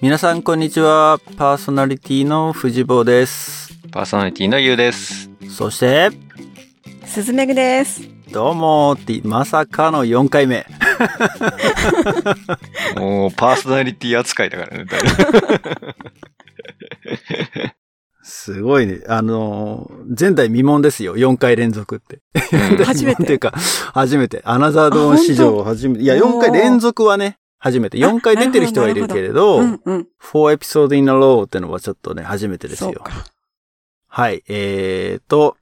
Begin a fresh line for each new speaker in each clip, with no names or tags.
皆さんこんにちはパーソナリティの藤坊です
パーソナリティのゆうです。
そして
すずめぐです。
どうもーってまさかの4回目
もうパーソナリティ扱いだからね、だいぶ
すごいねあのー前代未聞ですよ4回連続って
うん
初め て
っていうか初めてアナザードーン史
あ
上初めていや
おー
4回連続はね初めて4回出てる人はいるけれど
うんうん。
4エピソードインローってのはちょっとね初めてです
そう
よ
か。
はい。えーと、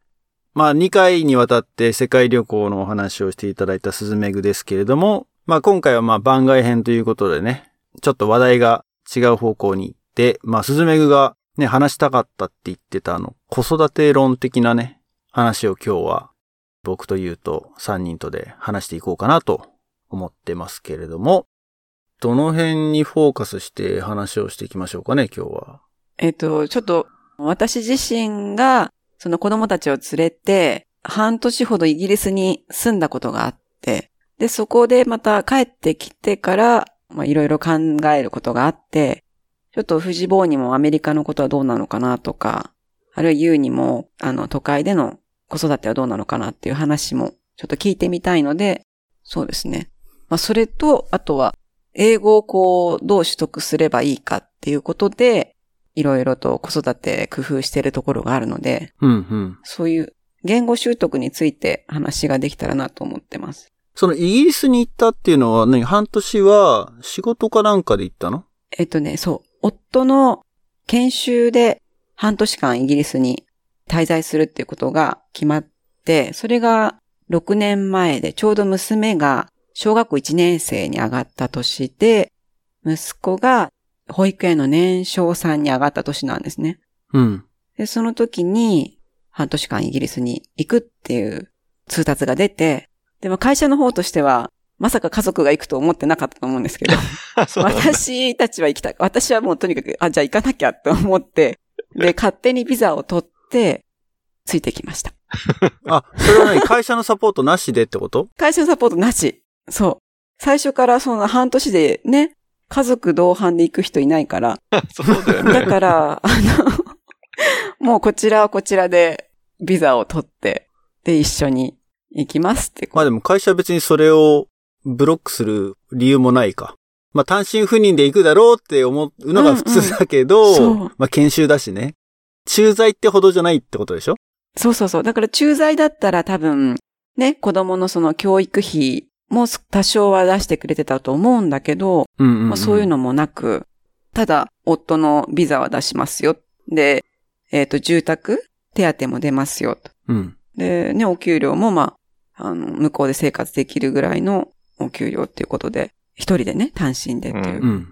まあ、2回にわたって世界旅行のお話をしていただいたスズメグですけれども、まあ、今回はまあ、番外編ということでね、ちょっと話題が違う方向に行って、まあ、スズメグがね、話したかったって言ってたあの、子育て論的なね、話を今日は、僕というと3人とで話していこうかなと思ってますけれども、どの辺にフォーカスして話をしていきましょうかね、今日は。
えっ、と、ちょっと、私自身が、その子供たちを連れて、半年ほどイギリスに住んだことがあって、で、そこでまた帰ってきてから、まあ、いろいろ考えることがあって、ちょっと藤坊にもアメリカのことはどうなのかなとか、あるいはユウにも、あの、都会での子育てはどうなのかなっていう話も、ちょっと聞いてみたいので、そうですね。まあ、それと、あとは、英語をこう、どう取得すればいいかっていうことで、いろいろと子育て工夫しているところがあるので、
うん、うん。
そういう言語習得について話ができたらなと思ってます。
そのイギリスに行ったっていうのは何半年は仕事かなんかで行ったの
えっとね、そう、夫の研修で半年間イギリスに滞在するっていうことが決まって、それが6年前で、ちょうど娘が小学校1年生に上がった年で、息子が保育園の年少さんに上がった年なんですね。
うん。
で、その時に、半年間イギリスに行くっていう通達が出て、でも会社の方としては、まさか家族が行くと思ってなかったと思うんですけど、
そうなんだ
私たちは行きたい。私はもうとにかく、あ、じゃあ行かなきゃと思って、で、勝手にビザを取って、ついてきました。
あ、それは何 会社のサポートなしでってこと
会社のサポートなし。そう。最初からその半年でね、家族同伴で行く人いないから、
そうだよ
だ
ね。
から、あの、もうこちらはこちらでビザを取って、で、一緒に行きますって。
まあでも会社は別にそれをブロックする理由もないか。まあ単身赴任で行くだろうって思うのが普通だけど、
うんうんそう
まあ研修だしね。駐在ってほどじゃないってことでしょ
そうそうそう。だから駐在だったら多分、ね、子供のその教育費も多少は出してくれてたと思うんだけど、
うん
まあ、そういう。のもなく、ただ、夫のビザは出しますよ。で、えっ、と、住宅手当も出ますよ。
うん。
で、ね、お給料も、まあ、あの、向こうで生活できるぐらいのお給料っていうことで、一人でね、単身でっていう
う。ん。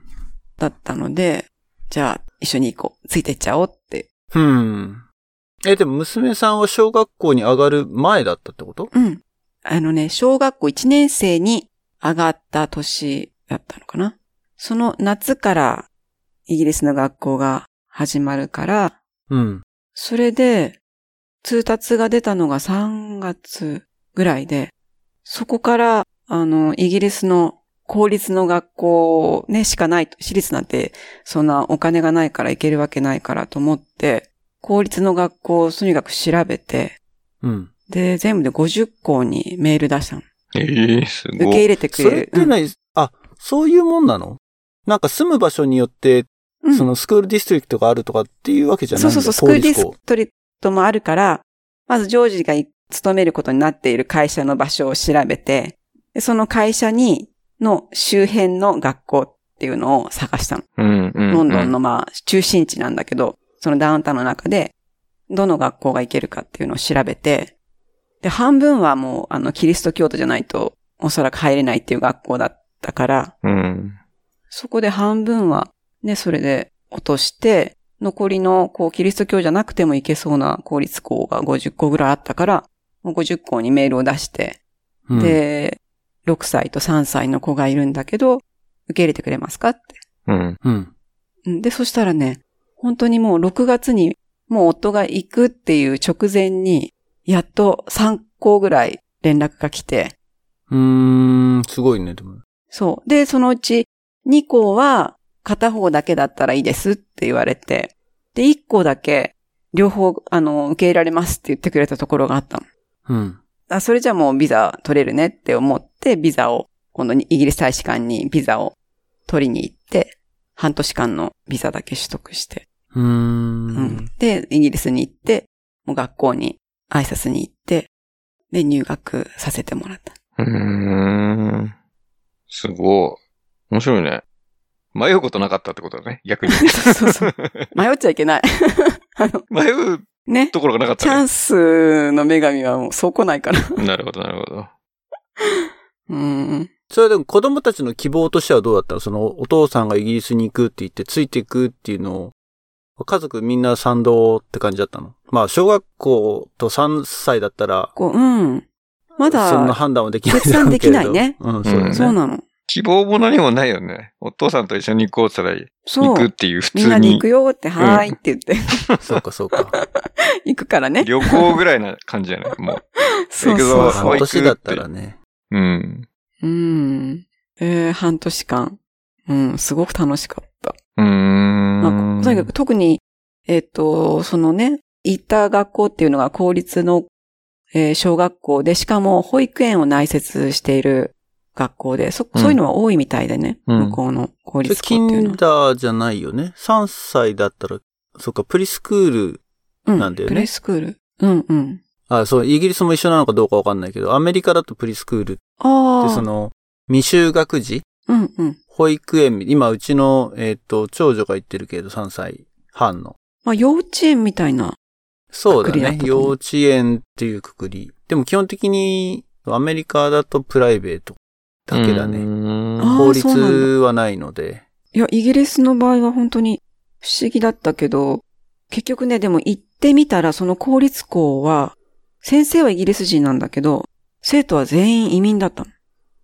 だったので、じゃあ、一緒に行こう。ついてっちゃおうって。
うん。え、でも娘さんは小学校に上がる前だったってこと
うん。あのね、小学校1年生に上がった年だったのかな。その夏からイギリスの学校が始まるから、
うん。
それで、通達が出たのが3月ぐらいで、そこから、あの、イギリスの公立の学校ね、しかないと、私立なんて、そんなお金がないから行けるわけないからと思って、公立の学校をとにかく調べて、
うん。
で、全部で50校にメール出したの。
ええす
受け
ごい。
入れてく
そ
れ
れっ
る。
て何、あ、そういうもんなのなんか住む場所によって、
うん
そのスクールディストリクトがあるとかっていうわけじゃない
そ
ん
う
だ
そうそう、スクールデ
公
ィス
立校
トリートもあるから、まずジョージが勤めることになっている会社の場所を調べて、でその会社に、の周辺の学校っていうのを探したの。
うんうんうん
ロンドンのまあ中心地なんだけど、そのダウンタウンの中で、どの学校が行けるかっていうのを調べて、で、半分はもう、あの、キリスト教徒じゃないと、おそらく入れないっていう学校だったから、
うん。
そこで半分は、ね、それで落として、残りの、こう、キリスト教じゃなくてもいけそうな公立校が50校ぐらいあったから、もう50校にメールを出して、
うん
で、6歳と3歳の子がいるんだけど、受け入れてくれますかって。
うん。
うん。
うんで、そしたらね、本当にもう6月に、もう夫が行くっていう直前に、やっと3校ぐらい連絡が来て、
うーん、すごいね、でも。
そう。で、そのうち2校は、片方だけだったらいいですって言われて、で、一個だけ、両方、あの、受け入れられますって言ってくれたところがあったの。
うん。
あ、それじゃあもうビザ取れるねって思って、ビザを、このイギリス大使館にビザを取りに行って、半年間のビザだけ取得して、
うー
うんん。。で、イギリスに行って、もう学校に挨拶に行って、で、入学させてもら った。
うーん。すごい。面白いね。迷うことなかったってことだね、逆に。
そうそう迷っちゃいけない。あの、
迷う
ね。
ところがなかっ
チャ
たね
ン。スの女神はもうそう来ないから。
なるほど、なるほど。
うん。
それでも子供たちの希望としてはどうだったのそのお父さんがイギリスに行くって言ってついていくっていうのを、家族みんな賛同って感じだったのまあ小学校と3歳だったら、
こう、うん。ま
そんな
だ、
判断はできない
決断できないね
だろうけれどうん、そう
そ
だ
う
ね。
なの。
希望も何もないよね。お父さんと一緒に行こうって言ったら、行
そ
くっ
う。
ていう普
みんな
通
で行
に
く、よって、はーいって言って、
そうか、そうか。
行くからね。
旅行ぐらいな感じじゃないもう。
そう
行 く
そう
ぞ
ま
そ
あ
は
う
い。
年だったらね。
うん。
うん。えー、半年間。うん、すごく楽しかった。
うーん。
まあ、とにかく特に、えっ、と、そのね、行った学校っていうのが公立の、えー小学校で、しかも保育園を内設している学校で、そ、そういうのは多いみたいでね、
うん
向こうの公
それ
立
キ
校っていうの
ン
は。
ダーじゃないよね。3歳だったら、そっか、プリスクール、
うん、
なんだよね
プレイスクール。うんうん。
あ、そう、イギリスも一緒なのかどうかわかんないけど、アメリカだとプリスクールって、
ああ。
その、未就学児
うんうん。
保育園、今うちの、えっ、と、長女が行ってるけど、3歳半の。
まあ、幼稚園みたいな。
そうだ
くくりだっ
ね
た。と思う
幼稚園っていうくくり。でも基本的に、アメリカだとプライベートだけだ
う
ね。
ーん
あー
法
そうなん
律はないので。
いや、イギリスの場合は本当に不思議だったけど、結局ね、でも行ってみたら、その公立校は、先生はイギリス人なんだけど、生徒は全員移民だったの。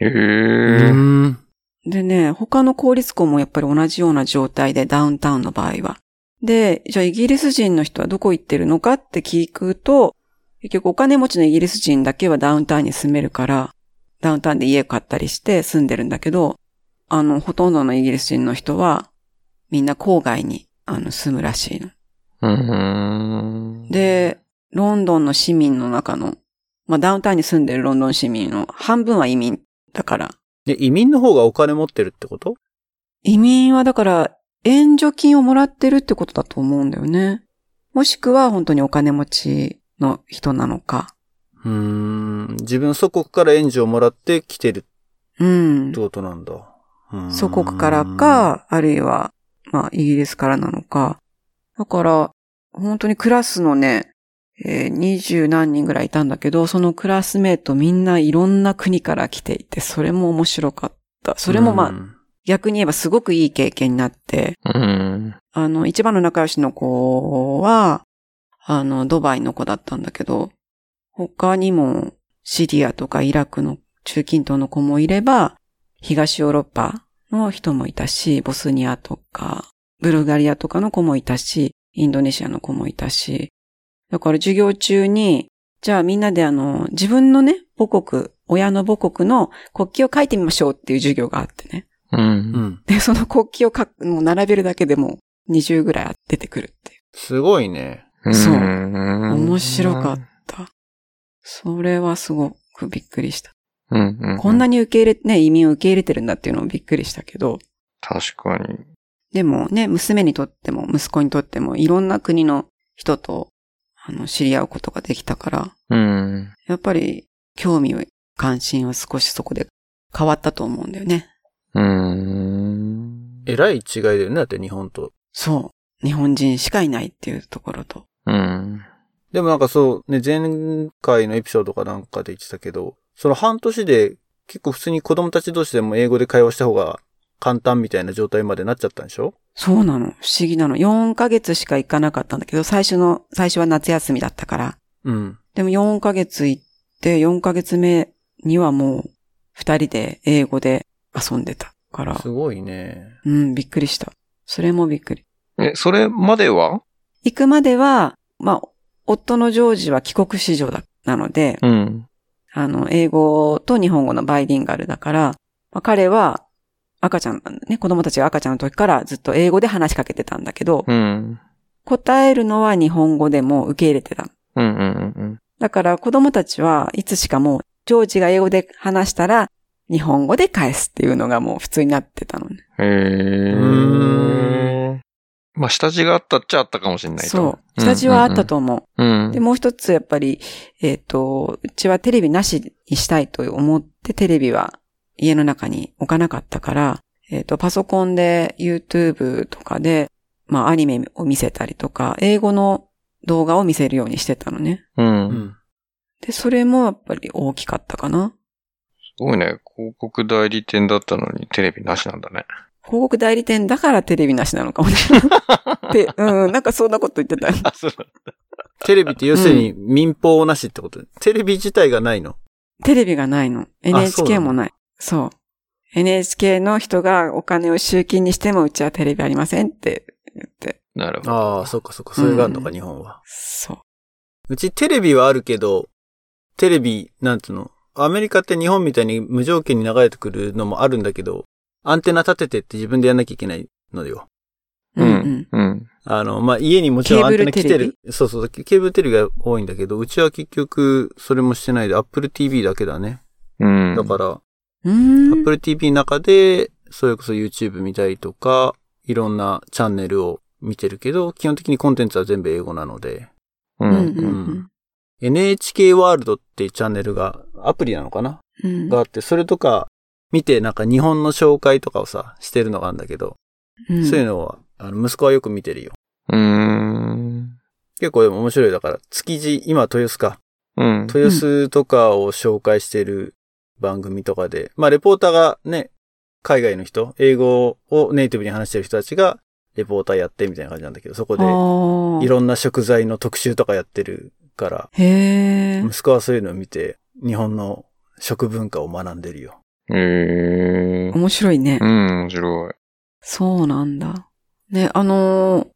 へ
う
え。
ーん。
でね、他の公立校もやっぱり同じような状態で、ダウンタウンの場合は。で、じゃあイギリス人の人はどこ行ってるのかって聞くと、結局お金持ちのイギリス人だけはダウンタウンに住めるから、ダウンタウンで家買ったりして住んでるんだけど、あの、ほとんどのイギリス人の人は、みんな郊外に、あの、住むらしいの。
うーん。
で、ロンドンの市民の中の、まあ、ダウンタウンに住んでるロンドン市民の半分は移民だから、
で、移民の方がお金持ってるってこと
移民はだから援助金をもらってるってことだと思うんだよね。もしくは本当にお金持ちの人なのか。
うーん。自分の祖国から援助をもらって来てる
うん
って。ことなんだ。うーん
祖国から。か、あるいは、まあ、イギリスからなのか。だから、本当にクラスのね、えー二十何人ぐらいいたんだけど、そのクラスメイトみんないろんな国から来ていて、それも面白かった。それもまあ、
うん
逆に言えばすごくいい経験になって、
うん。
あの、一番の仲良しの子は、あの、ドバイの子だったんだけど、他にもシリアとかイラクの中近東の子もいれば、東ヨーロッパの人もいたし、ボスニアとか、ブルガリアとかの子もいたし、インドネシアの子もいたし、だから授業中に、じゃあみんなであの、自分のね、母国、親の母国の国旗を書いてみましょうっていう授業があってね。
う。
うんん。
で、その国旗を書く、もう並べるだけでも20ぐらい出てくるっていう。
すごいね。
そう面
面
白かった。それはすごくびっくりした。
うんうん。
こんな
に。
に受け入れ、ね、移民を受け入れてるんだっていうのもびっくりしたけど、
確かに。
でもね、娘にとっても息子にとってもいろんな国の人と、あの、知り合うことができたから、
うん。
やっぱり興味、関心は少しそこで変わったと思うんだよね。
うん。
えらい違いだよね。だって日本と。
そう。日本人しかいないっていうところと。
うん。
でもなんかそう、ね、前回のエピソードかなんかで言ってたけど、その半年で結構普通に子供たち同士でも英語で会話した方が簡単みたいな状態までなっちゃったんでしょ
そうなの。不思議なの。4ヶ月しか行かなかったんだけど、最初の、最初は夏休みだったから。
うん。
でも4ヶ月行って、4ヶ月目にはもう、二人で英語で遊んでたから
す。ごいね。
うん、びっくりした。それもびっくり。
え、それまでは
行くまでは、まあ、夫のジョージは帰国子女だ、なので、
うん。
あの、英語と日本語のバイリンガルだから、まあ、彼は、赤ちゃん、ね、子供たちが赤ちゃんの時からずっと英語で話しかけてたんだけど、
うん。
答えるのは日本語でも受け入れてた。
うんうんうん
だから子供たちはいつしかもう、ジョージが英語で話したら、日本語で返すっていうのがもう普通になってたのね。
うん。へ
う
え。まあ、下地があったっちゃあったかもしれないと。
そう。下地はあったと思う。
うん。うん。
で、もう一つやっぱり、えっ、と、うちはテレビなしにしたいと思ってテレビは家の中に置かなかったから、えっ、と、パソコンで YouTube とかで、まあアニメを見せたりとか、英語の動画を見せるようにしてたのね。
うん。
うん。
で、それもやっぱり大きかったかな。
すごいね。広告代理店だったのにテレビなしなんだね。
広告代理店だからテレビなしなのかもね。 って、うん、なんかそんなこと言ってた。
あ、そう
テレビって要するに民放なしってこと、テレビ自体がないの。
テレビがないの。
そうな
NHK
の
もない。そう NHK の人がお金を集金にしてもうちはテレビありませんって言って。
なるほど。
ああ、そっかそっか。それがあるのか、日本は。
そう。
うちテレビはあるけど、テレビ、なんつうの。アメリカって日本みたいに無条件に流れてくるのもあるんだけど、アンテナ立ててって自分でやんなきゃいけないのよ。
う
うん
うんん。。
うん。
あの、まあ、家にもちろんアンテナ来て
ケーブル
る。そうそう、ケーブルテレビが多いんだけど、うちは結局、それもしてないで、Apple TV だけだね。
うん。
だから、
うーん。
Apple TV の中で、それこそ YouTube 見たりとか、いろんなチャンネルを見てるけど、基本的にコンテンツは全部英語なので、
う
うん
ん。
う
うん
ん
NHK ワールドっていうチャンネルが、アプリなのかな
うん。
があって、それとか、見て、なんか日本の紹介とかをさ、してるのがあるんだけど、
うん
そういうのは、あの、息子はよく見てるよ。
うん。
結構でも面白いだから、築地、今豊洲か。
うん。
豊洲とかを紹介してる番組とかで、まあレポーターがね、海外の人、英語をネイティブに話してる人たちが、レポーターやってみたいな感じなんだけど、そこで、
あー
いろんな食材の特集とかやってるから、
へー
息子はそういうのを見て、日本の食文化を学んでるよ。
へえ。
面白いね
う。ん、面白い。
そうなんだ。ね、あのー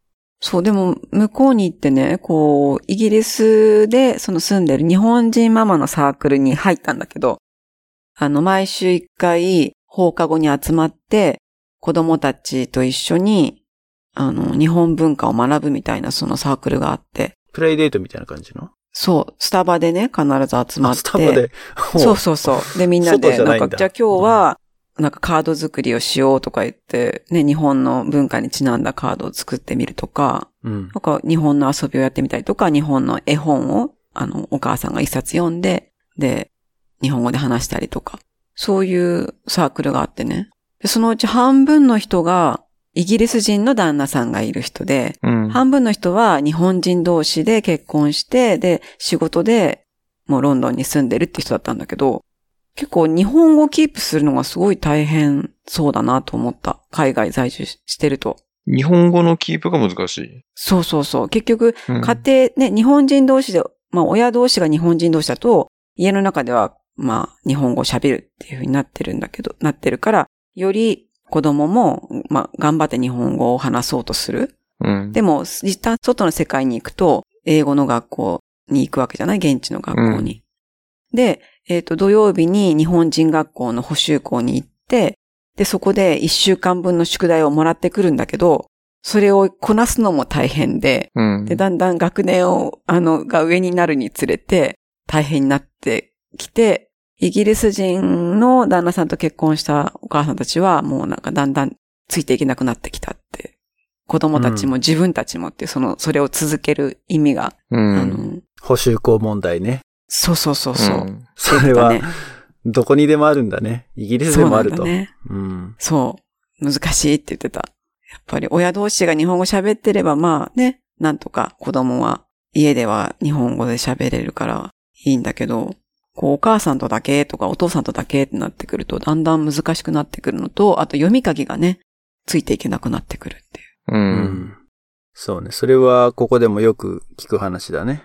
そう、でも、向こうに行ってね、こう、イギリスで、その住んでる日本人ママのサークルに入ったんだけど、あの、毎週一回、放課後に集まって、子供たちと一緒に、あの、日本文化を学ぶみたいな、そのサークルがあって、
プライデートみたいな感じの
そう、スタバでね、必ず集ま
あ
って。
スタバで。
そうそ うそう。で、みんな
外
で、
じゃな
な
んいんだ
か、じゃあ今日は、なんかカード作りをしようとか言って、ね、日本の文化にちなんだカードを作ってみるとか、
う。うん。
なんか日本の遊びをやってみたりとか、日本の絵本を、あの、お母さんが一冊読んで、で、日本語で話したりとか、そういうサークルがあってね。でそのうち半分の人が、イギリス人の旦那さんがいる人で、
うん。
半分の人は日本人同士で結婚して、で、仕事でもうロンドンに住んでるって人だったんだけど、結構日本語をキープするのがすごい大変そうだなと思った。海外在住ししてると。
日本語のキープが難しい。
そうそうそう。結局、
うん
家庭、ね、日本人同士で、まあ親同士が日本人同士だと、家の中では、まあ日本語を喋るっていう風になってるんだけど、なってるから、より子供も、まあ頑張って日本語を話そうとする。
うん。
でも、実際外の世界に行くと、英語の学校に行くわけじゃない現地の学校に。で、えっ、と、土曜日に日本人学校の補習校に行って、で、そこで一週間分の宿題をもらってくるんだけど、それをこなすのも大変で、
うん。
で、だんだん学年を、あの、が上になるにつれて、大変になってきて、イギリス人の旦那さんと結婚したお母さんたちは、もうなんかだんだんついていけなくなってきたって。子供たちも自分たちもって、その、それを続ける意味が、
う
あ
ん。
の、
補修校問題ね。
そうそうそうそう。
ん
それは
だね、
どこにでもあるんだね。イギリスで
そう
も
な
あ
ん
る
だ
と。
ね。
うん。
そう。難しいって言ってた。やっぱり親同士が日本語喋ってれば、まあね、なんとか子供は家では日本語で喋れるからいいんだけど、こうお母さんとだけとかお父さんとだけってなってくると、だんだん難しくなってくるのと、あと読み書きがね、ついていけなくなってくるっていう。
う
う。
んん。そうね。それは、ここでもよく聞く話だね。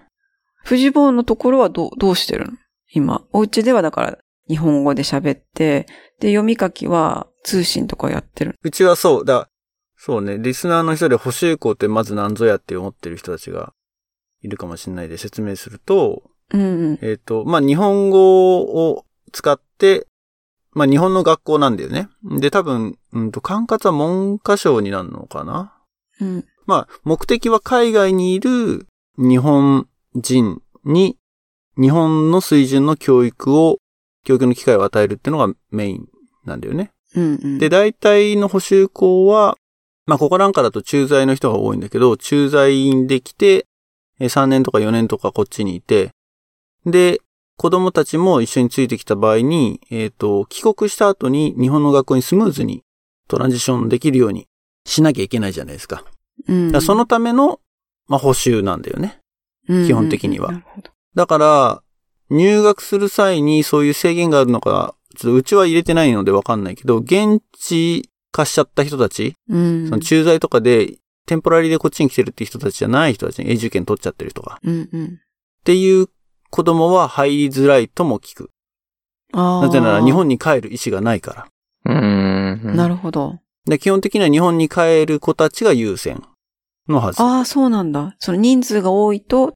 藤坊のところはどう、どうしてるの今。お家ではだから日本語で喋って、で読み書きは通信とかやってる。
うちはそう、だ、そうね、リスナーの人で補修校ってまず何ぞやって思ってる人たちがいるかもしれないで説明すると、
うんうん。
えっ、と、まあ、日本語を使って、まあ日本の学校なんだよね。で、多分、うんと、管轄は文科省になるのかな
うん。
まあ、目的は海外にいる日本人に日本の水準の教育を、教育の機会を与えるっていうのがメインなんだよね。
うん、うん。
で、、大体の補修校は、まあ、ここなんかだと駐在の人が多いんだけど、駐在員で来て、えー3年とか4年とかこっちにいて、で、子供たちも一緒についてきた場合に、えっ、と、帰国した後に日本の学校にスムーズにトランジションできるようにしなきゃいけないじゃないですか。
うん
だからそのための、まあ、補修なんだよね。基本的には
うんうんうんなるほど
だから、入学する際にそういう制限があるのか、ちょっとうちは入れてないのでわかんないけど、現地化しちゃった人たち、
うん。
その駐在とかで、テンポラリーでこっちに来てるって人たちじゃない人たちに永住権取っちゃってる人が。っ
うんうん。
ていう子供は入りづらいとも聞く。
ああ。
なぜなら日本に帰る意思がないから。
うーん。
な
る
るほど。
で、基本的には日本に帰る子たちが優先のはず。
ああ、そうなんだ。その人数が多いと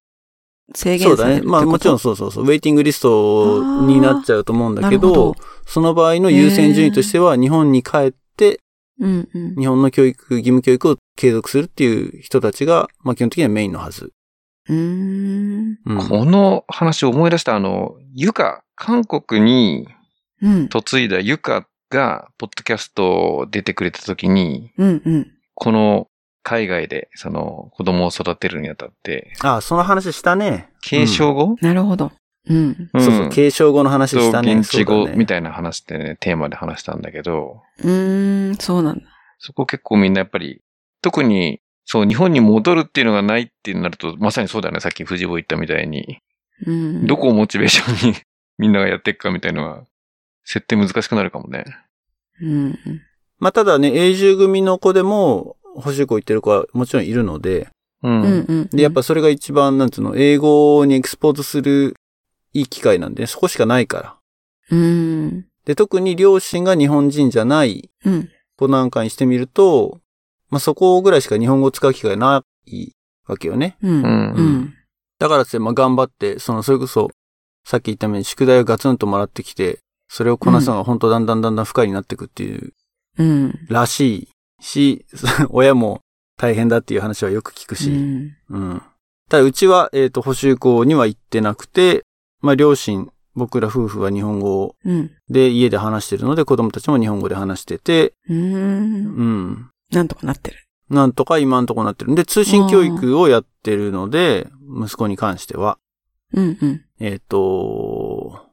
制
そ
限
う
さ
だ
れる
ね。まあもちろんそうそうそう。ウェイティングリストになっちゃうと思うんだけど、
なるほど
その場合の優先順位としては日本に帰って
うんうん。
日本の教育、義務教育を継続するっていう人たちが、まあ基本的にはメインのはず。
うーん。
うん。
この話を思い出した、あの、ゆか、韓国に
うん。
嫁いだゆかが、ポッドキャスト出てくれた時に、
うんうん。
この海外で、その、子供を育てるにあたって、
ああ、その話したね。
継承語、
なるほど。うん。
そうそう、継承語の話
承
したね。
現地
そう
語
だね
みたいな話ってね、テーマで話したんだけど、
うーん、そうなんだ。
そこ結構みんなやっぱり、特に、そう、日本に戻るっていうのがないってなると、まさにそうだよね。さっき藤坊言ったみたいに、
うん。
どこをモチベーションに みんながやっていくかみたいなのは、設定難しくなるかもね。
うん
まあただね、永住組の子でも、補修校行ってる子はもちろんいるので、
う
うん。うん。うん。
で、やっぱそれが一番、なんつうの、英語にエクスポートするいい機会なんで、そこしかないから。
うん。
で、特に両親が日本人じゃない
うん。
子なんかにしてみると、まあ、そこぐらいしか日本語を使う機会ないわけよね。
うん。
うん
うん。
だからって、まあ、頑張って、その、それこそ、さっき言ったように宿題をガツンともらってきて、それをこなすのが本当だんだんだんだん不快になっていくっていう
うん。
らしいし、 親も大変だっていう話はよく聞くし。
うん
うん。ただ、うちは、えっ、と、補修校には行ってなくて、まあ、両親、僕ら夫婦は日本語
うん。
で家で話してるので、子供たちも日本語で話してて、
う。
うんん。
なんとかなってる。
なんとか今んとこなってるんで、通信教育をやってるので、息子に関しては、
うんうん。
えっ、と、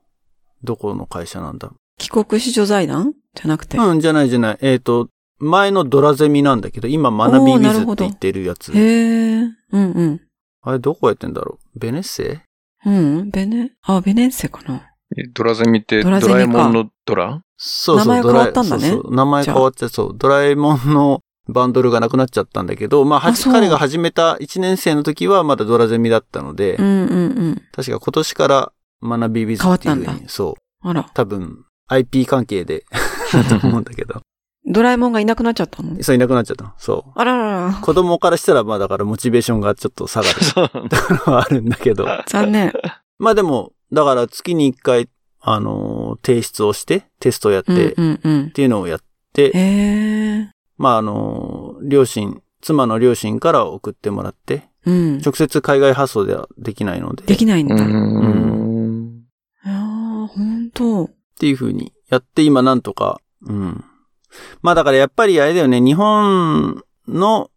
どこの会社なんだ
帰国子女財団じゃなくて。
うん、じゃないじゃない。えっ、と、前のドラゼミなんだけど、今学び
おー
水
なる
って
ほど
言ってるやつ。
へえ。うんうん。
あれ、どこやってんだろうベネッセ
うん。ベネ、あ、ベネッセかな。
ドラゼミってド
ド
ラ
ラゼミか
えもんのドラ
そうそう。
名前
ドラえ
変わったんだね
そうそう名前
じゃ
変
あ
わっちゃうそう。ドラえもんのバンドルがなくなっちゃったんだけど、まあ、は
あそう
彼が始めた1年生の時はまだドラゼミだったので、
うんうんうん。
確か今年から学び水っていうふうに
変わったん
そう。
あら。
多分、IP 関係で、 と思うんだけど。
ドラえもんがいなくなっちゃったの
そう、いなくなっちゃった。そ
あららら
う。。子供からしたら、まあだからモチベーションがちょっと下がる
そうなんだ。
のはあるんだけ ど。
残念。
まあでも、だから月に一回、あのー提出をして、テストをやって、
うん
っ
うんうん。
ていうのをやって、
へえ。
まああのー両親、妻の両親から送ってもらって、
うん。
直接海外発送ではできないので、
できないん
う
だ。あ
ん。
あ、ほんと。
っていう風にやって、今なんとか、うん。まあだからやっぱりあれだよね、日本の、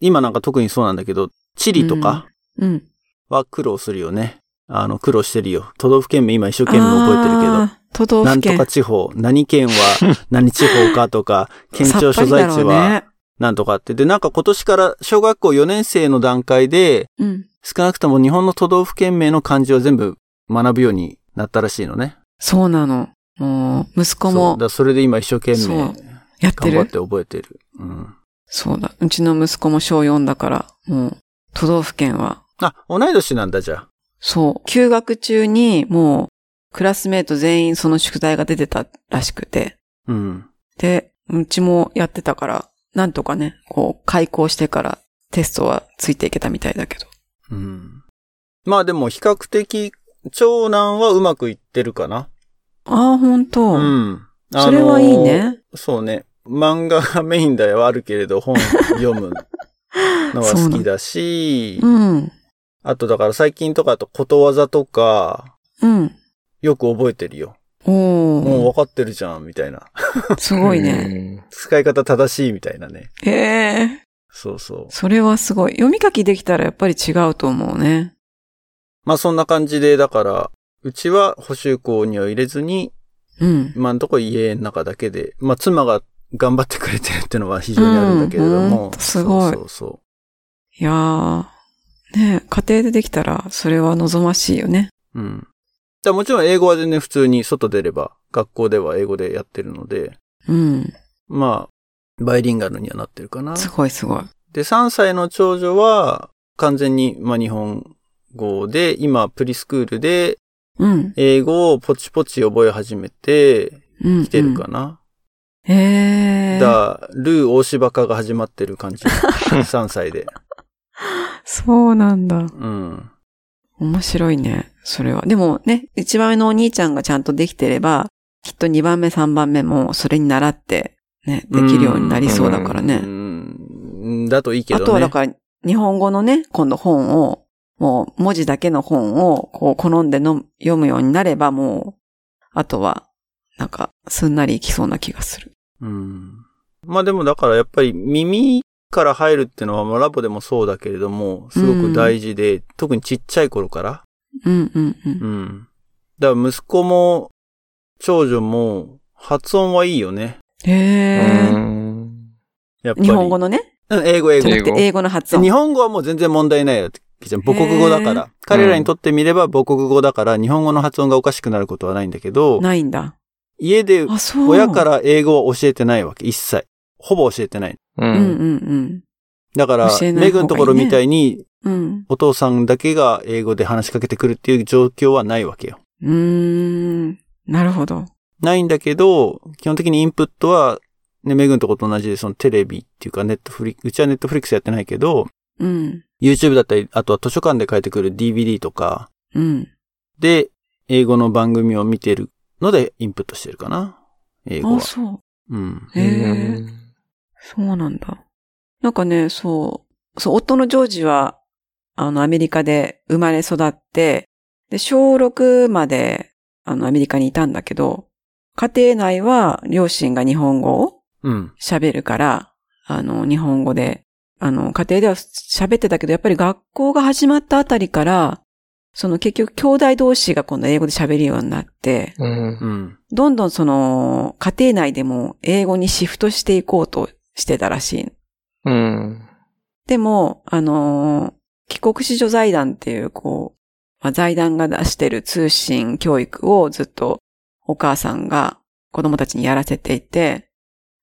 今なんか特にそうなんだけど、チリとか
うん。
は苦労するよね。あの、苦労してるよ。都道府県名今一生懸命覚えてるけど。
あー都道
な
府
んと
県。
か地方、何県 は何地方かとか、県庁所在
さ
地
っぱりだろう
は
ね。
なんとかって。で、なんか今年から小学校4年生の段階で、
うん。
少なくとも日本の都道府県名の漢字は全部学ぶようになったらしいのね。
そうなの。もう、息
そ
子
うだ
も
からそれで今一生懸
そ
命
うやって
頑張っ
る。
て覚えてる。うん。
そうだ。うちの息子も小4だから、もう、都道府県は、
あ、同い年なんだ、じゃあ。
そう。休学中に、もう、クラスメート全員その宿題が出てたらしくて。
うん。
で、うちもやってたから、なんとかね、こう、開校してからテストはついていけたみたいだけど。
うん。まあでも比較的、長男はうまくいってるかな。
ああ、ほんと。
うん。
それはいいね。
そうね。漫画がメインではあるけれど、本 読むのは好きだし、
うん。
あとだから最近とかだとことわざとか、
うん。
よく覚えてるよ。もう分
お
かってるじゃん、みたいな。
ー。すごいね。
ね。
使い方正しいみたいなね。
へえ。
そうそう。
それはすごい。読み書きできたらやっぱり違うと思うね。
まあそんな感じで、だから、うちは補修校には入れずに、
うん。
今んとこ家の中だけで、まあ妻が頑張ってくれてるっていうのは非常にあるんだけれど
うん
も。
ほんとすご
そう
い
そうそう。
いやー。ねえ家庭でできたら、それは望ましいよね。
うん。だからもちろん英語は全然普通に外出れば、学校では英語でやってるので、
うん。
まあ、バイリンガルにはなってるかな。
すごいすごい。
で、3歳の長女は、完全に、まあ、日本語で、今、プリスクールで、
うん。
英語をポチポチ覚え始めて
うん。
きてるかな。
うん。へえ。
だ、ルー大芝化が始まってる 感じ。3歳で。
そうなんだ。
うん。
面白いね。それは。でもね、一番目のお兄ちゃんがちゃんとできてれば、きっと二番目、三番目もそれに習って、ね、できるようになりそうだからね。
うん。だといいけど
あ
ね。
とはだから、日本語のね、今度本を、もう文字だけの本を、こう、好んでの読むようになれば、もう、あとは、なんか、すんなりいきそうな気がする。
うん。まあでもだからやっぱり耳から入るってのは、まあラボでもそうだけれども、すごく大事で、特にちっちゃい頃から。
うんうんうん。
うん。だから息子も、長女も、発音はいいよね。
う
へえ。
ん。
やっぱり。
日本語のね、
うん英語、英語。
じゃなくて英語の発音
日。本語はもう全然問題ないよ。じゃん母国語だか
へ
ら。彼らにとってみれば母国語だから、日本語の発音がおかしくなることはないんだけど、
ないんだ。
家で
あ、そう。
親か。ら英語は教えてないわけ。一切。ほぼ教えてない。
う
うんうん
ん。
だから、
教えな
メ
い方がいいね
グのところみたいに、
うん。うん。
お父さんだけが英語で話しかけてくるっていう状況はないわけよ。
うーん。なるほど。
ないんだけど、基本的にインプットは、ね、メグのとこと同じで、そのテレビっていうかネットフリうちはネットフリックスやってないけど、
うん。
YouTube だったり、あとは図書館で書いてくる DVD とか
うん。
で、英語の番組を見てるので、インプットしてるかな。英語
あ、
は。
そう。
うん。
へえ。そうなんだ。なんかね、そう、そう、夫のジョージは、あの、アメリカで生まれ育って、で、小6まで、あの、アメリカにいたんだけど、家庭内は両親が日本語を
うん。
喋るから、あの、日本語で、あの、家庭では喋ってたけど、やっぱり学校が始まったあたりから、その結局兄弟同士が今度英語で喋るようになって、
うん
うん。
どんどんその、家庭内でも英語にシフトしていこうとしてたらしい
うん。
でも、あのー帰国子女財団っていう、こう、まあ財団が出してる通信教育をずっとお母さんが子供たちにやらせていて、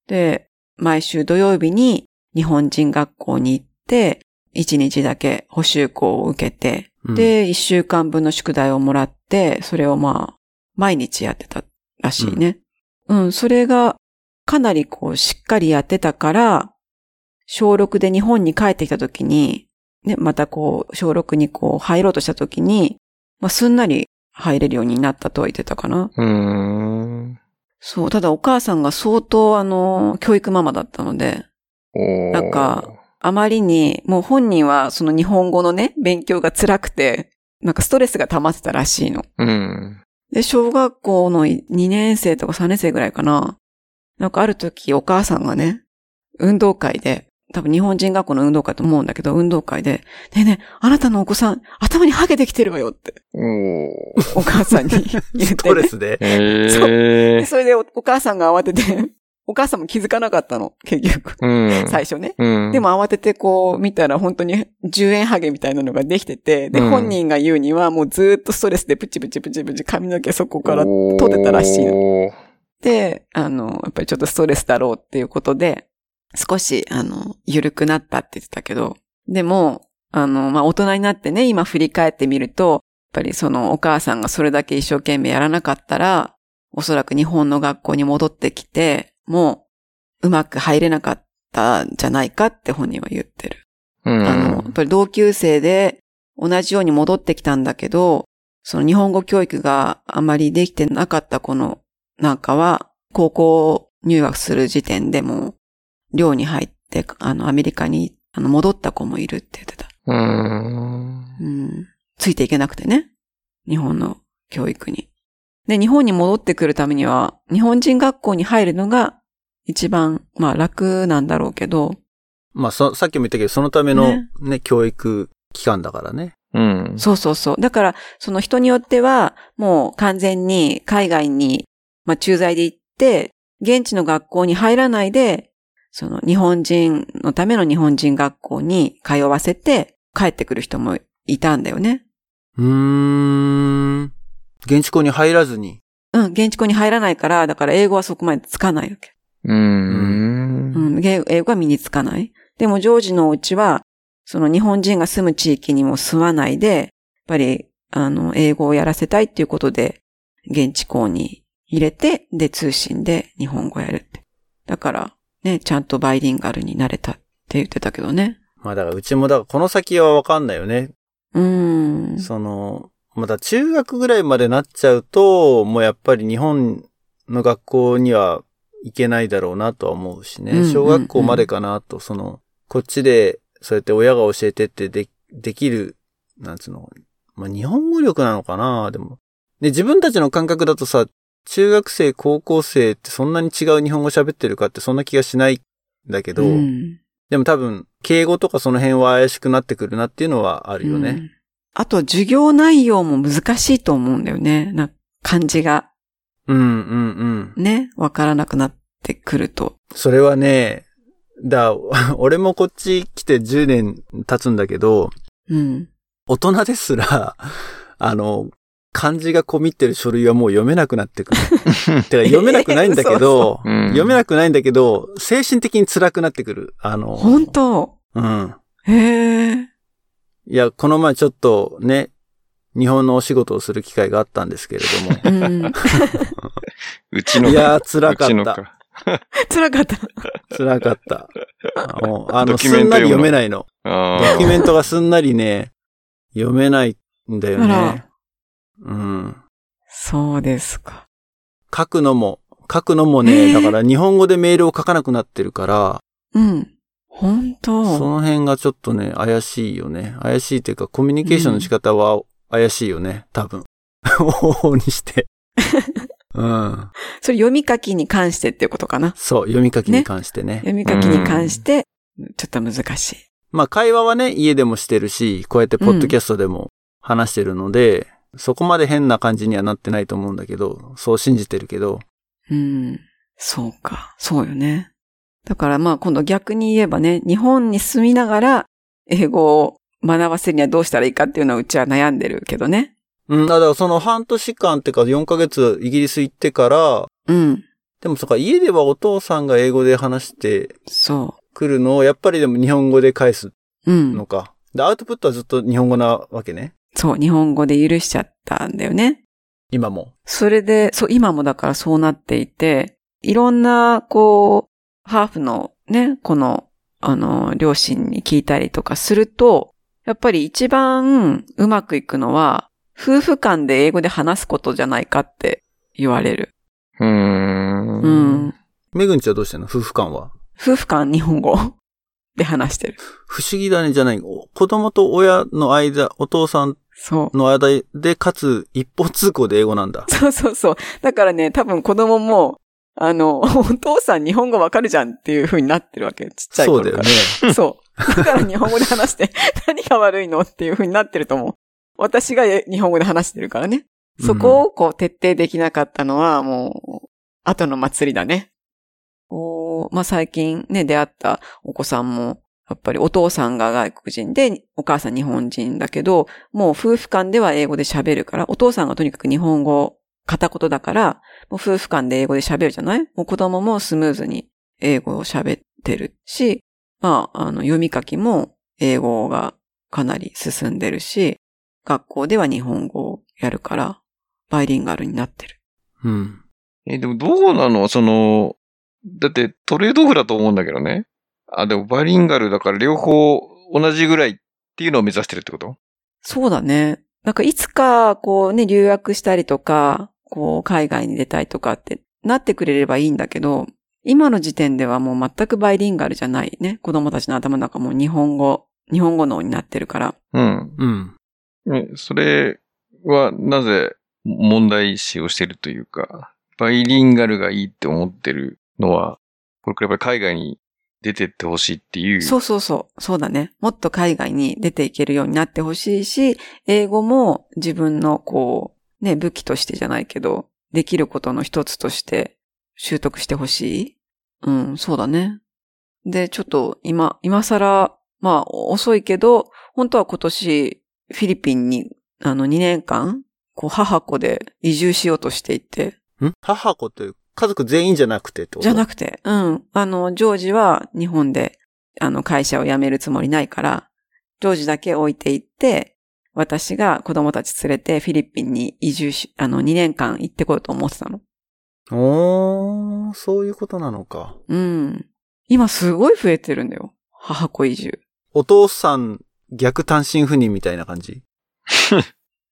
で、毎週土曜日に日本人学校に行って、一日だけ補修校を受けて、
うん、
で、一週間分の宿題をもらって、それをまあ、毎日やってたらしいね。うん、それが、かなりこう、しっかりやってたから、小6で日本に帰ってきた時に、ね、またこう、小6にこう、入ろうとした時に、まあ、すんなり入れるようになったとは言ってたかな。
うん。
そう、ただお母さんが相当あの、教育ママだったので、
おー
なんか、あまりに、もう本人はその日本語のね、勉強が辛くて、なんかストレスが溜まってたらしいの。
うん。
で、小学校の2年生とか3年生ぐらいかな。なんかある時お母さんがね、運動会で、多分日本人学校の運動会と思うんだけど、運動会で、ねえねえ、あなたのお子さん、頭にハゲてきてるわよって、
おー。
お 母さんに言っ
ス
て、
トレ
ね。
ス で。
へ
で
え。
それでおお母さんが慌てて、お母さんも気づかなかったの、結局。
うん。
最初ね。
うん。
でも慌ててこう見たら本当に10円ハゲみたいなのができてて、で、
うん
本人が言うにはもうずーっとストレスでプチプチプチプチ髪の毛そこから取ってたらしいの。
おー
で、あの、やっぱりちょっとストレスだろうっていうことで、少し、あの、緩くなったって言ってたけど、でも、あの、まあ、大人になってね、今振り返ってみると、やっぱりそのお母さんがそれだけ一生懸命やらなかったら、おそらく日本の学校に戻ってきて、もう、うまく入れなかったんじゃないかって本人は言ってる。
うん。
あの、やっぱり同級生で同じように戻ってきたんだけど、その日本語教育があまりできてなかった子のなんかは、高校入学する時点でもう、寮に入って、あの、アメリカに、あの、戻った子もいるって言ってた。
うーん。
うん。ついていけなくてね。日本の教育に。で、日本に戻ってくるためには、日本人学校に入るのが一番、まあ楽なんだろうけど、
まあ、そ、さっきも言ったけど、そのためのね
ね、
教育機関だからね。
うん。
そうそうそう。だから、その人によっては、もう完全に海外に、まあ駐在で行って、現地の学校に入らないで、その日本人のための日本人学校に通わせて帰ってくる人もいたんだよね。
うーん。現地校に入らずに。
うん、現地校に入らないから、だから英語はそこまでつかないわけ。
うーん。
うん、英英語は身につかない。でも、ジョージのお家は、その日本人が住む地域にも住まないで、やっぱり、あの、英語をやらせたいっていうことで、現地校に入れて、で、通信で日本語やるって。だから、ね、ちゃんとバイリンガルになれたって言ってたけどね。
まあ、だから、うちも、だから、この先はわかんないよね。
うーん。
その、また中学ぐらいまでなっちゃうと、もうやっぱり日本の学校には行けないだろうなとは思うし
うんうんう
ね。
ん
小学校までかなと、その、こっちで、そうやって親が教えてってで、できる、なんつうの、まあ日本語力なのかなでも。で、自分たちの感覚だとさ、中学生、高校生ってそんなに違う日本語喋ってるかってそんな気がしないんだけど、
うん
でも多分、敬語とかその辺は怪しくなってくるなっていうのはあるよね。
うんあと、授業内容も難しいと思うんだよね。な、漢字が
うん、うん、うん。
ね、わからなくなってくると。
それはね、だ、 俺もこっち来て10年経つんだけど、
うん。
大人ですら、 あの、漢字が込みってる書類はもう読めなくなってく る。てか読めなくないんだけど、
そううん
読めなくないんだけど、精神的に辛くなってくる。あの、
本当
うん。
へえ。
いや、この前ちょっとね、日本のお仕事をする機会があったんですけれど
うん。
うち
も。
の
いやー、
う
辛か
ちの
った。
か。
辛かった。
辛かった。もうあの、
ドキュ
す
メ
ん
ント
なり読
読むの
めないの。
あ
ドキュ
ー
メントがすんなりね、読めないんだよ
あ
ね
ら。
うん。
そうですか。
書くのも、書くのもね、
えー
だから日本語でメールを書かなくなってるから、
うん。本
そ
当
の辺がちょっとね、怪しいよね。怪しいっていうか、コミュニケーションの仕方は怪しいよね、多分。 方法に して。うん。
それ読み書きに関してっていうことかな。
そう、読み書きに関してね。
読み書きに関して、ちょっと難しい。
まあ、会話はね、家でもしてるし、こうやってポッドキャストでも話してるので、そこまで変な感じにはなってないと思うんだけど、そう信じてるけど、
うん。そうか。そうよね。だからまあ今度逆に言えばね、日本に住みながら英語を学ばせるにはどうしたらいいかっていうのはうちは悩んでるけどね。
うん、あだからその半年間っていうか4ヶ月イギリス行ってから、
うん。
でもそっか、家ではお父さんが英語で話して
そ
くるのを、やっぱりでも日本語で返す
う。うん
の。か。で、アウトプットはずっと日本語なわけね。
そう。日本語で許しちゃったんだよね。
今も。
それで、そう、今もだからそうなっていて、いろんな、こう、ハーフのね、この、あの、両親に聞いたりとかすると、やっぱり一番うまくいくのは、夫婦間で英語で話すことじゃないかって言われる。
うーん。
うん。
めぐんちはどうしてんの夫婦間は。
夫婦間日本語 で話してる。
不思議だねじゃない。お子供と親の間、お父さん
そう。
の間で、かつ一方通行で英語なんだ。
そうそうそう。だからね、多分子供も、あの、 お父さん日本語わかるじゃんっていう風になってるわけ。ちっちゃい
そ
頃
う
か
だよ
ら。
ね。
そう。だから日本語で話して、 何が悪いのっていう風になってると思う。私が日本語で話してるからね。そこをこう徹底できなかったのはもう、後の祭りだね。おまあ、最近ね、出会ったお子さんも、やっぱりお父さんが外国人で、お母さん日本人だけど、もう夫婦間では英語で喋るから、お父さんがとにかく日本語片言だから、もう夫婦間で英語で喋るじゃないもう子供もスムーズに英語を喋ってるし、まあ、あの、読み書きも英語がかなり進んでるし、学校では日本語をやるから、バイリンガルになってる。
うん。
え、でもどうなのその、だってトレードオフだと思うんだけどね。あ、でもバイリンガルだから両方同じぐらいっていうのを目指してるってこと
そうだね。なんかいつか、こうね、留学したりとか、こう、海外に出たいとかってなってくれればいいんだけど、今の時点ではもう全くバイリンガルじゃないね。子供たちの頭の中も日本語、日本語脳になってるから。
うん。
うん。
ねそれはなぜ問題視をしてるというか、バイリンガルがいいって思ってるのは、これやっぱり海外に出てってほしいっていう。
そうそうそう。そうだね。もっと海外に出ていけるようになってほしいし、英語も自分のこう、ね、武器としてじゃないけど、できることの一つとして習得してほしい。うん、そうだね。で、ちょっと今、今更、まあ遅いけど、本当は今年、フィリピンに、あの2年間、こう母子で移住しようとしていて、
ん母子という、家族全員じゃなくてってこと
じゃなくて、うん。あの、ジョージは日本で、あの、会社を辞めるつもりないから、ジョージだけ置いていって、私が子供たち連れてフィリピンに移住し、あの、2年間行ってこようと思ってたの。
おー、そういうことなのか。
うん。今すごい増えてるんだよ。母子移住。
お父さん、逆単身赴任みたいな感じ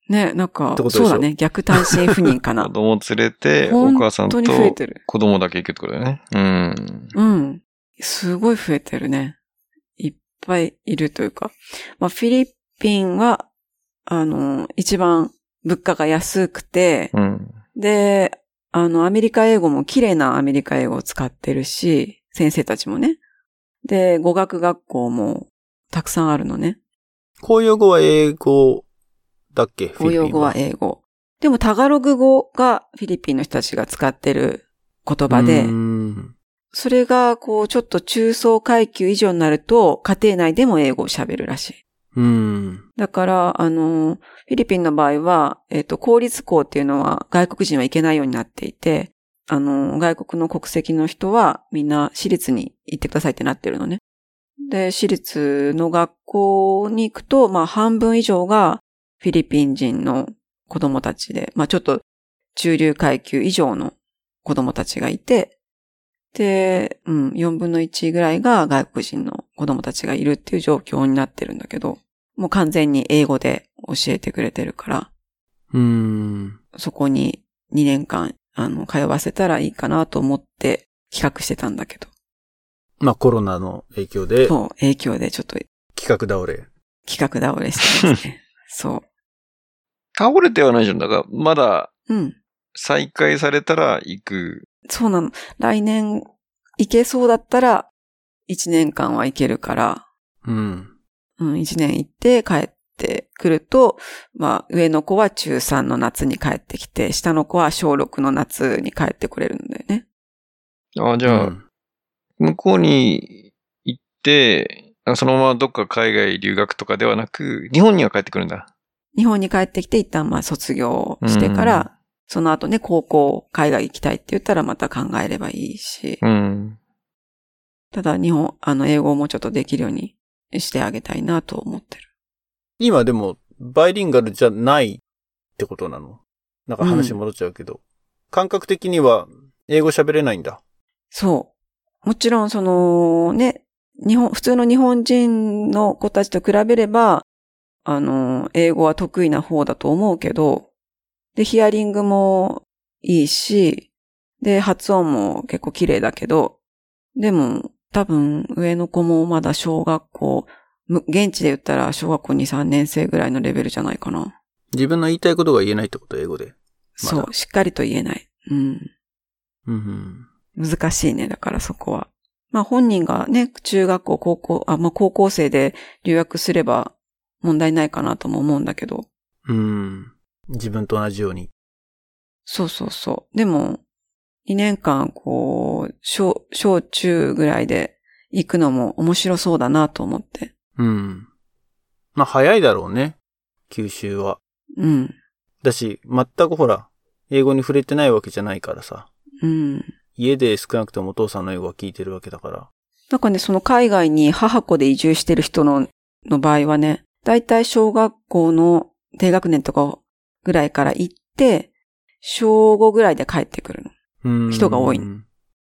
ね、なんか
ってこ、とでしょ
そうだね。逆単身赴 任かな
子。供連れて、お
本
母さんと
当に増えてる
子供だけ行くってことだよね。うん。
うん。すごい増えてるね。いっぱいいるというか。まあ、フィリピンは、あの、一番物価が安くて、
うん。
で、あの、アメリカ英語も綺麗なアメリカ英語を使ってるし、先生たちもね。で、語学学校もたくさんあるのね。
公用語は英語だっけフィ
公
リピン
用語は英語。でも、タガログ語がフィリピンの人たちが使ってる言葉で
うー、ん
それが、こう、ちょっと中層階級以上になると、家庭内でも英語を喋るらしい。
うん。
だから、あの、フィリピンの場合は、えっ、と、公立校っていうのは外国人は行けないようになっていて、あの、外国の国籍の人はみんな私立に行ってくださいってなってるのね。で、私立の学校に行くと、まあ半分以上がフィリピン人の子供たちで、まあちょっと中流階級以上の子供たちがいて、で、うん、4分の1ぐらいが外国人の子供たちがいるっていう状況になってるんだけど、もう完全に英語で教えてくれてるから、
うん。
そこに2年間、あの、通わせたらいいかなと思って企画してたんだけど、
まあコロナの影響で企
そう、影響でちょっと
画倒れ。
企画倒れしてますね。そ
倒れてはないじゃん。だから、まだ
う。うん。
再開されたら行く。
そうなの。来年行けそうだったら、1年間は行けるから、
うん。
うん、1年行って帰ってくると、まあ、上の子は中3の夏に帰ってきて、下の子は小6の夏に帰ってこれるんだよね。
あじ
う
ゃあ、
ん
向こうに行って、あそのままどっか海外留学とかではなく、日本には帰ってくるんだ。
日本に帰ってきて一旦まあ卒業してから、
うん
その後ね、高校、海外行きたいって言ったらまた考えればいいし、
うん。
ただ日本、あの、英語をもうちょっとできるようにしてあげたいなと思ってる。
今でも、バイリンガルじゃないってことなのなんか話戻っちゃうけど。感覚的には、英語喋れないんだ。
そう。もちろんその、ね、日本、普通の日本人の子たちと比べれば、あの、英語は得意な方だと思うけど、で、ヒアリングもいいし、で、発音も結構綺麗だけど、でも、多分、上の子もまだ小学校、む現地で言ったら小学校2、3年生ぐらいのレベルじゃないかな。
自分の言いたいことが言えないってこと、英語で。まだ
そう、しっかりと言えない。うん。
うん。
難しいね、だからそこは。まあ本人がね、中学校、高校、あ、まあ高校生で留学すれば問題ないかなとも思うんだけど。
うん。自分と同じように。
そうそうそう。でも、2年間、こう、小、小中ぐらいで行くのも面白そうだなと思って。
うん。まあ、早いだろうね。吸収は。
うん。
だし、全くほら、英語に触れてないわけじゃないからさ。
うん。
家で少なくともお父さんの英語は聞いてるわけだから。
なんかね、その海外に母子で移住してる人の、の場合はね、だいたい小学校の低学年とかぐらいから行って、小5ぐらいで帰ってくるの。
うん
人が多い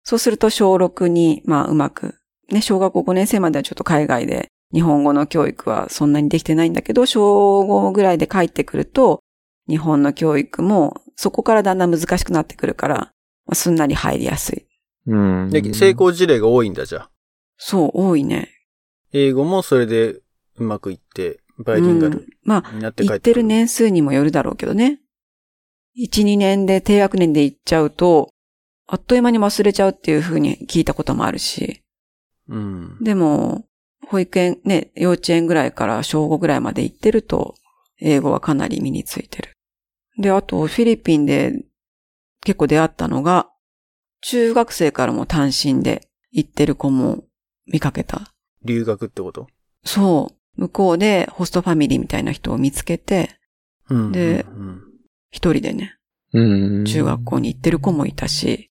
そうすると小6に、まあうまく、ね、小学校5年生まではちょっと海外で日本語の教育はそんなにできてないんだけど、小5ぐらいで帰ってくると、日本の教育もそこからだんだん難しくなってくるから、すんなり入りやすい。
うん。
で、成功事例が多いんだ、じゃあ。
そう、多いね。
英語もそれでうまくいって、バイリンガル
うんまあ、
になって帰
行
っ
ってて
く
る。年数にもよるだろうけどね。1、2年で低学年で行っちゃうと、あっという間に忘れちゃうっていう風に聞いたこともあるし。
うん。
でも、保育園、ね、幼稚園ぐらいから小5ぐらいまで行ってると、英語はかなり身についてる。で、あと、フィリピンで結構出会ったのが、中学生からも単身で行ってる子も見かけた。
留学ってこと
そう。向こうでホストファミリーみたいな人を見つけて、
うん
で
うん
一人でね、
うん。
中学校に行ってる子もいたし、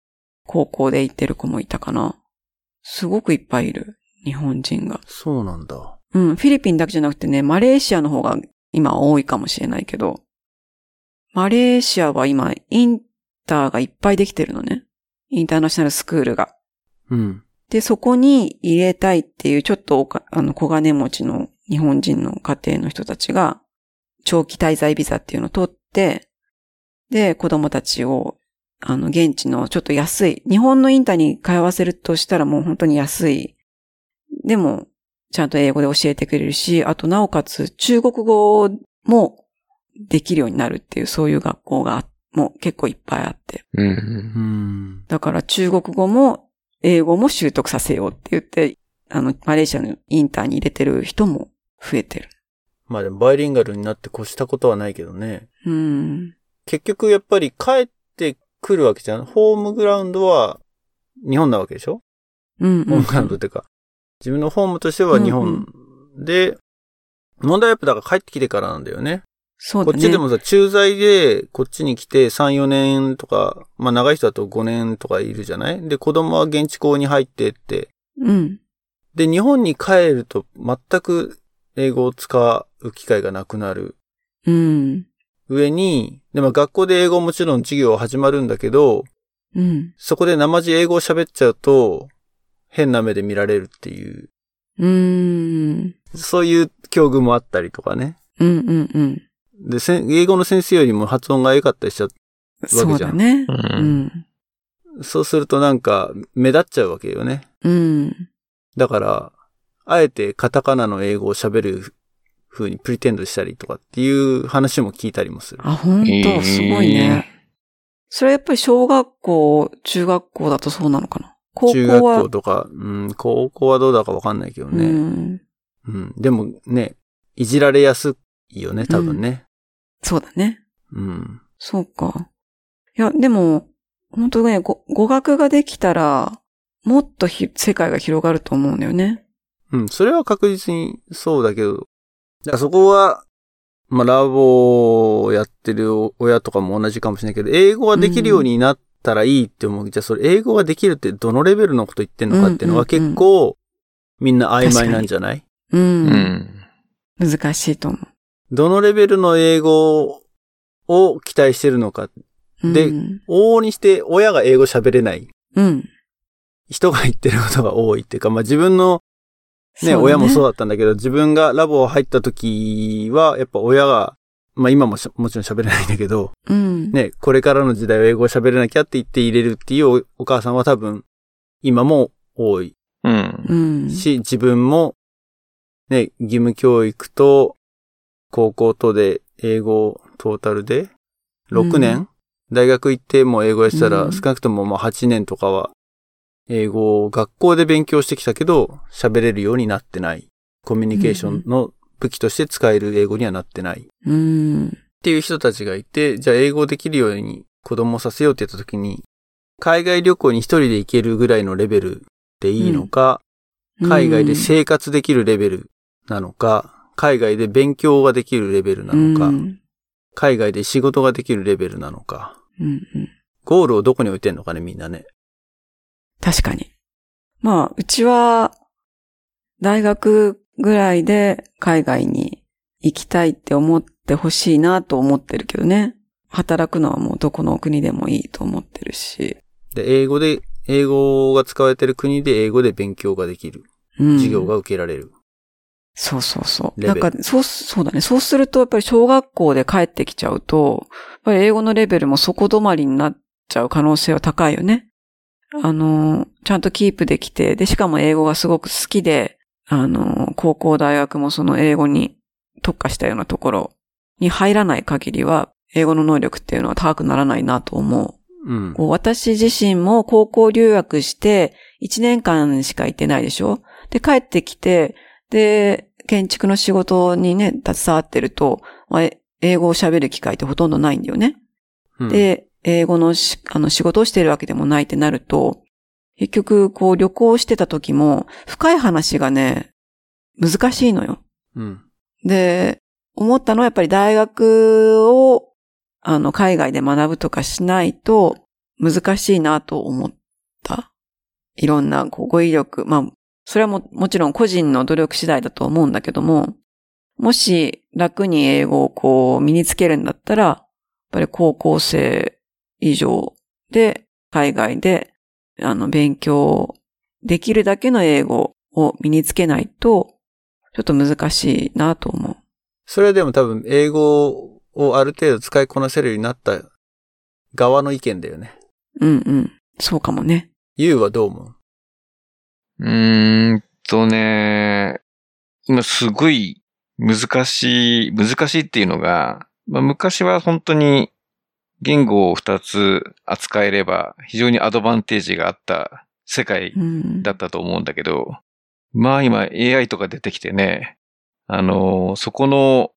高校で行ってる子もいたかな。すごくいっぱいいる。日本人が。
そうなんだ。
うん、フィリピンだけじゃなくてね、マレーシアの方が今多いかもしれないけど、マレーシアは今、インターがいっぱいできてるのね。インターナショナルスクールが。
うん。
で、そこに入れたいっていう、ちょっとおか、あの、小金持ちの日本人の家庭の人たちが、長期滞在ビザっていうのを取って、で、子供たちを、あの、現地のちょっと安い、日本のインターに通わせるとしたらもう本当に安い。でも、ちゃんと英語で教えてくれるし、あと、なおかつ、中国語もできるようになるっていう、そういう学校が、もう結構いっぱいあって。
うん。
うん。
だから中国語も英語も習得させようって言って、あの、マレーシアのインターに入れてる人も増えてる。
まあでもバイリンガルになって越したことはないけどね。
うん。
結局やっぱり帰ってくるわけじゃん。ホームグラウンドは日本なわけでしょ
うん、
ホームグラウンドっていうか。自分のホームとしては日本で、問題はやっぱだから帰ってきてからなんだよね。
そう
こ
だ
っ
ね。
ちでもさ、駐在で、こっちに来て3、4年とか、まあ長い人だと5年とかいるじゃないで、子供は現地校に入ってって。
うん。
で、日本に帰ると全く英語を使う機会がなくなる。
うん。
上に、でも学校で英語もちろん授業は始まるんだけど、
うん。
そこで生地英語を喋っちゃうと、変な目で見られるっていう、
うん。
そういう境遇もあったりとかね。
うん。うん。うん。
で、せん英語の先生よりも発音が良かったりしちゃ
そうだね。
う。
うんん。
う。そうするとなんか、目立っちゃうわけよね。
うん。
だから、あえてカタカナの英語を喋る風にプリテンドしたりとかっていう話も聞いたりもする。
あ、本当すごいね。それはやっぱり小学校、中学校だとそうなのかな。高
中
校
学
は
校。とか、うん、高校はどうだかわかんないけどね。
うん。
うん。でもね、いじられやすいよね、多分ね。
そうだね。
うん。
そうか。いや、でも、本当ね、ご語学ができたら、もっとひ世界が広がると思うんだよね。
うん、それは確実にそうだけど。だからそこは、まあ、ラボをやってる親とかも同じかもしれないけど、英語ができるようになったらいいって思う。じゃあ、それ英語ができるってどのレベルのこと言ってんのかっていうのは
うんうんうん
結構、みんな曖昧なんじゃない
うん。
うん。
難しいと思
どのレベルの英語を期待してるのか。
う。
で
うん。
往々にして親が英語喋れない
うん
人が言ってることが多いっていうか、まあ、自分のね、親もそう
う
だったんだけど、自分がラボ入った時は、やっぱ親が、まあ今もしもちろん喋れないんだけど、
だ。うん。
ね、これからの時代は英語を喋れなきゃって言って入れるっていうおお母さんは多分、今も多い
うん。
うん。
し、自分も、ね、義務教育と、高校とで、英語トータルで、6年、
うん
大学行っても英語やってた
う
ら、
ん
少なくともまあ8年とかは、英語を学校で勉強してきたけど、喋れるようになってない。コミュニケーションの武器として使える英語にはなってない。っ
うん。
ていう人たちがいて、じゃあ英語できるように子供をさせようって言った時に、海外旅行に一人で行けるぐらいのレベルでいいのか、海外で生活できるレベルなのか、海外で勉強ができるレベルなのか、
うん。
海外で仕事ができるレベルなのか、
うん。うん
ゴールをどこに置いてんのかね、みんなね。
確かに。まあ、うちは、大学ぐらいで海外に行きたいって思ってほしいなと思ってるけどね。働くのはもうどこの国でもいいと思ってるし。
で、英語で、英語が使われてる国で英語で勉強ができる。
うん
授業が受けられる。
そうそうそう。
レベ
だ
ル
から、そう、そうだね。そうすると、やっぱり小学校で帰ってきちゃうと、やっぱり英語のレベルもそこ止まりになっちゃう可能性は高いよね。あの、ちゃんとキープできて、で、しかも英語がすごく好きで、あの、高校大学もその英語に特化したようなところに入らない限りは、英語の能力っていうのは高くならないなと思う。
うん。
こう私自身も高校留学して1年間しか行ってないでしょで、帰ってきて、で、建築の仕事にね、携わってると、まあえ英語を喋る機会ってほとんどないんだよね。
うん、
で、英語のしあの仕事をしてるわけでもないってなると、結局、こう旅行してた時も、深い話がね、難しいのよ。
うん。
で、思ったのはやっぱり大学を、あの、海外で学ぶとかしないと難しいなと思った。いろんなこう語彙力。まあ、それはも、もちろん個人の努力次第だと思うんだけども、もし楽に英語をこう身につけるんだったら、やっぱり高校生以上で海外であの勉強できるだけの英語を身につけないとちょっと難しいなと思う。
それでも多分、英語をある程度使いこなせるようになった側の意見だよね。
うんうん。そうかもね。
ゆうはどう思う
うーんとね、今すごい難しい、難しいっていうのが、まあ、昔は本当に言語を2つ扱えれば非常にアドバンテージがあった世界
うん。
だったと思うんだけど、まあ今 AI とか出てきてね、あの、そこの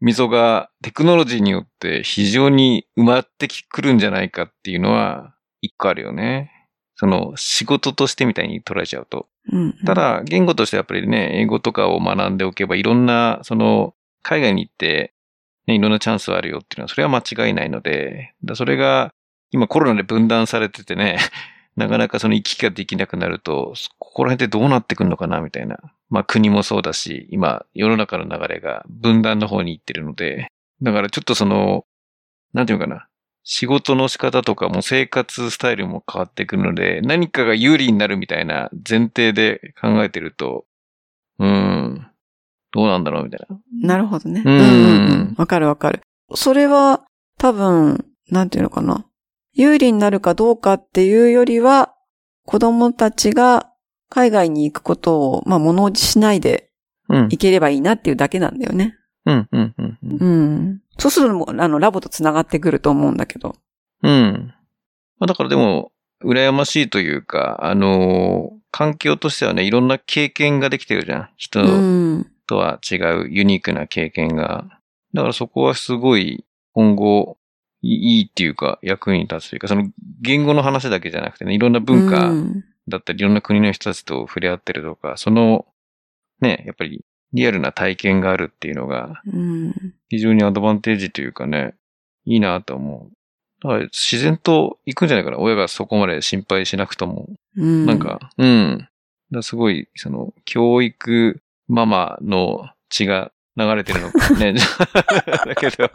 溝がテクノロジーによって非常に埋まってくるんじゃないかっていうのは一個あるよね。その仕事としてみたいに捉えちゃうと。
うん、
た、だ、言語としてやっぱりね、英語とかを学んでおけば、いろんな、その、海外に行って、ね、いろんなチャンスはあるよっていうのは、それは間違いないので、だそれが、今コロナで分断されててね、 なかなかその行き来ができなくなると、ここら辺でどうなってくるのかな、みたいな。まあ国もそうだし、今、世の中の流れが分断の方に行ってるので、だからちょっとその、なんていうのかな。仕事の仕方とかも生活スタイルも変わってくるので、何かが有利になるみたいな前提で考えてると、うーん、どうなんだろうみたいな。
なるほどね。
う
うんんうんうん。わかるわかる。それは、多分、なんていうのかな。有利になるかどうかっていうよりは、子供たちが海外に行くことを、まあ、物落ちしないで
うん、
行ければいいなっていうだけなんだよね。
うん、うん、うんうん。
うん。そうするともう、あの、ラボと繋がってくると思うんだけど。
うん。まあ、だからでも、羨ましいというか、あのー環境としてはね、いろんな経験ができてるじゃん。人
うん。
とは違うユニークな経験が。だからそこはすごい今後いいいっていうか役に立つというか、その言語の話だけじゃなくてね、いろんな文
う
化
ん
だったり、いろんな国の人たちと触れ合ってるとか、そのね、やっぱりリアルな体験があるっていうのが
うん。
非常にアドバンテージというかね、いいなと思う。だから自然と行くんじゃないかな。親がそこまで心配しなくとも。
うん。
なんか、うん。だからすごい、その、教育ママの血が流れてるの かね。だけど、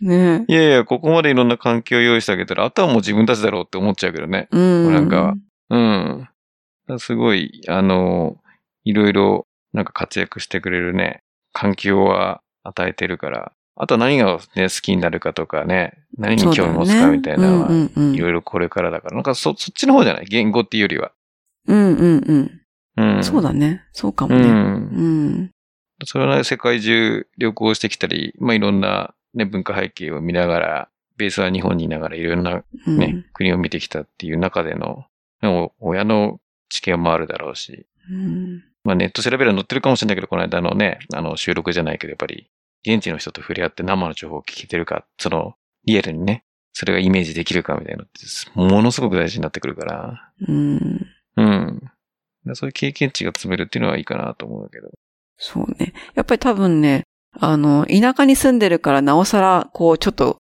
ねえ。
いやいや、ここまでいろんな環境を用意してあげたら、あとはもう自分たちだろうって思っちゃうけどね。
うん。
なんか、うん。だからすごい、あの、いろいろ、なんか活躍してくれるね、環境は与えてるから、あとは何がね、好きになるかとかね、何に興味持つかみたいなのは、いろ
い
いろこれからだから、なんかそ、そっちの方じゃない言語っていうよりは。
ろ。うんうんうん。
うん。
そうだね。そうかも
う。
ね。うんん。
それはね、世界中旅行してきたり、まあ、いろんな、ね、文化背景を見ながら、ベースは日本にいながらいろんな、
うん
ね国を見てきたっていう中での、でも親の知見もあるだろうし、
うん
まあ、ネット調べれば載ってるかもしれないけど、この間のね、あの収録じゃないけど、やっぱり現地の人と触れ合って生の情報を聞けてるか、そのリアルにね、それがイメージできるかみたいなのって、ものすごく大事になってくるから、
うん。
うん。だからそういう経験値が積めるっていうのはいいかなと思うんだけど。
そうね。やっぱり多分ね、あの、田舎に住んでるから、なおさら、こう、ちょっと、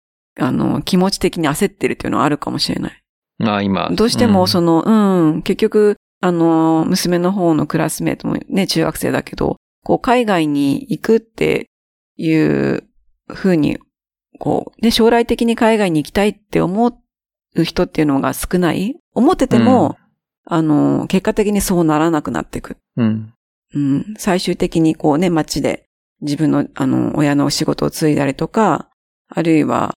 あの、気持ち的に焦ってるっていうのはあるかもしれない。
まあ今。
どうして
う
も、
ん
その、うん、結局、あの、娘の方のクラスメートもね、中学生だけど、こう、海外に行くっていう風に、こう、ね、将来的に海外に行きたいって思う人っていうのが少ない思ってても、あの、結果的にそうならなくなっていく。
うん。
うん、最終的にこうね、街で自分の、あの、親の仕事を継いだりとか、あるいは、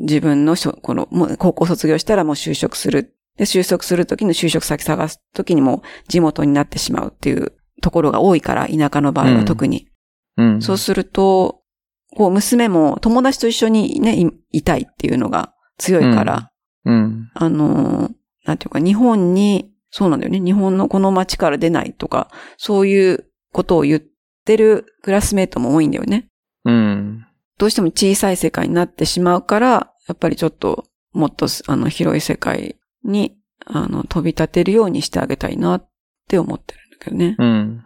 自分のしょ、この、もう高校卒業したらもう就職する。で、就職するときの就職先探すときにも地元になってしまうっていうところが多いから、田舎の場合は特に。
うん。
そうすると、こう、娘も友達と一緒にね、いいたいっていうのが強いから、
うん。
あのー、なんていうか、日本に、そうなんだよね、日本のこの街から出ないとか、そういうことを言ってるクラスメートも多いんだよね。
うん。
どうしても小さい世界になってしまうから、やっぱりちょっと、もっと、あの、広い世界に、あの、飛び立てるようにしてあげたいなって思ってるんだけどね。
うん。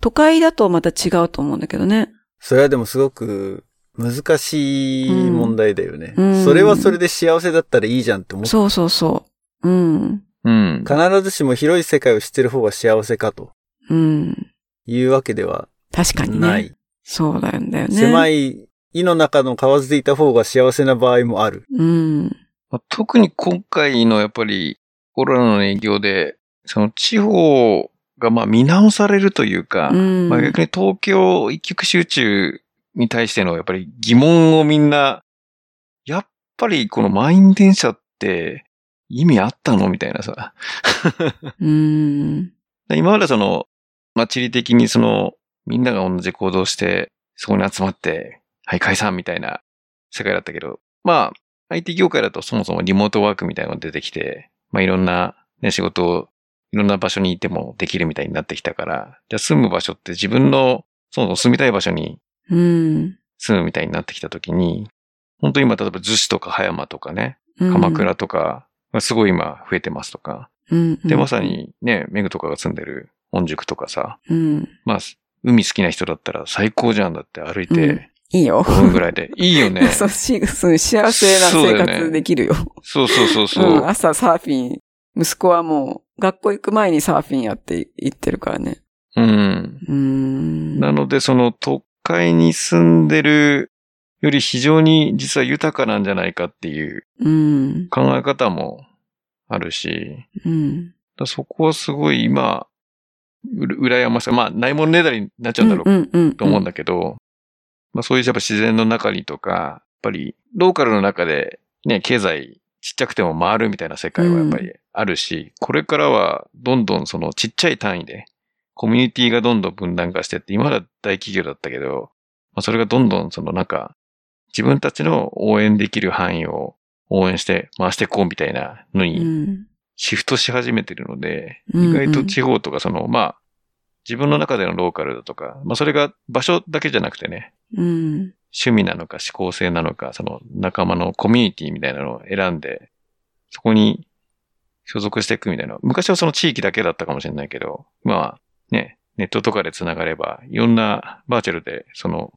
都会だとまた違うと思うんだけどね。
それはでもすごく難しい問題だよね。
うんうん
それはそれで幸せだったらいいじゃんって思う。
そうそうそう。うん。
うん。
必ずしも広い世界を知ってる方が幸せかと
うん。
いうわけでは
確かにね。
ない。
そうなんだよね。
狭
い。
い井の中の蛙でいた方が幸せな場合もある。
うん。
まあ特に今回のやっぱりコロナの影響で、その地方がまあ見直されるというか、
うん。
まあ逆に東京一極集中に対してのやっぱり疑問をみんな、やっぱりこの満員電車って意味あったのみたいなさ。
うん。
今までその、まあ、地理的にその、みんなが同じ行動して、そこに集まって、はい、解散みたいな世界だったけど、まあ、IT 業界だとそもそもリモートワークみたいなのが出てきて、まあ、いろんな、ね、仕事を、いろんな場所にいてもできるみたいになってきたから、じゃあ住む場所って自分の、そもそも住みたい場所に
うん。
住むみたいになってきたときに、本当に今、例えば逗子とか葉山とかね、
うん
鎌。倉とか、まあすごい今増えてますとか、
うん。
で、まさ。にね、メグとかが住んでる御宿とかさ、
うん。
まあ、海好きな人だったら最高じゃんだって歩いて
いいよ。
5分ぐらい で。いいよね。
そう、しそう幸せな生活できるよ。
そうそうそうそうう。
ん、朝サーフィン。息子はもう、学校行く前にサーフィンやって行ってるからね。
うん。
うーん。
なので、その都会に住んでるより非常に実は豊かなんじゃないかっていう
うん。
考え方もあるし、
うん。
だからそこはすごい今、うら羨ましい。まあ、ないもんねだりになっちゃうんだろうけど
んうん。
と思うんだけど、まあそういうやっぱ自然の中にとか、やっぱりローカルの中でね、経済ちっちゃくても回るみたいな世界はやっぱりあるし、これからはどんどんそのちっちゃい単位で、コミュニティがどんどん分断化してって、今までは大企業だったけど、まあそれがどんどんそのなんか、自分たちの応援できる範囲を応援して回していこうみたいなの
う
に
ん。
シフトし始めてるので、
うん
意外と地方とかその、まあ、自分の中でのローカルだとか、まあそれが場所だけじゃなくてね、
うん。
趣味なのか思考性なのか、その仲間のコミュニティみたいなのを選んで、そこに所属していくみたいな。昔はその地域だけだったかもしれないけど、まあね、ネットとかで繋がれば、いろんなバーチャルでその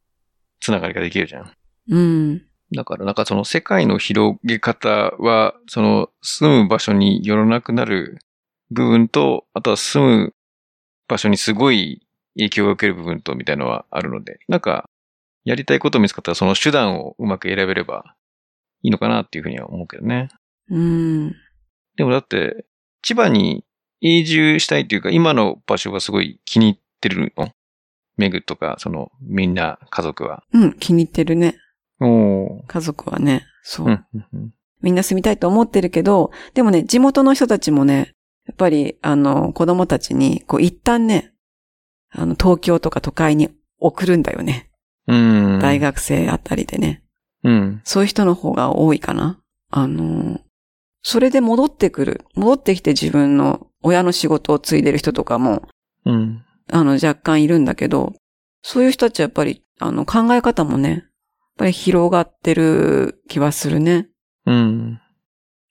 繋がりができるじゃん。
うん。
だからなんかその世界の広げ方は、その住む場所によらなくなる部分と、あとは住む場所にすごい影響を受ける部分とみたいなのはあるので、なんかやりたいことを見つかったらその手段をうまく選べればいいのかなっていうふうには思うけどね。
うん。
でもだって、千葉に永住したいというか、今の場所がすごい気に入ってるのメグとか、そのみんな家族は。
うん。気に入ってるね。
おー。
家族はね。そう
う。ん、うんうん、
みんな住みたいと思ってるけど、でもね、地元の人たちもね、やっぱり、あの、子供たちに、こう、一旦ね、あの、東京とか都会に送るんだよね。
うん。
大。学生あたりでね。
うん。
そういう人の方が多いかな。あの、それで戻ってくる。戻ってきて自分の親の仕事を継いでる人とかも、
うん。
あの、若干いるんだけど、そういう人たちはやっぱり、あの、考え方もね、やっぱり広がってる気はするね。
うん。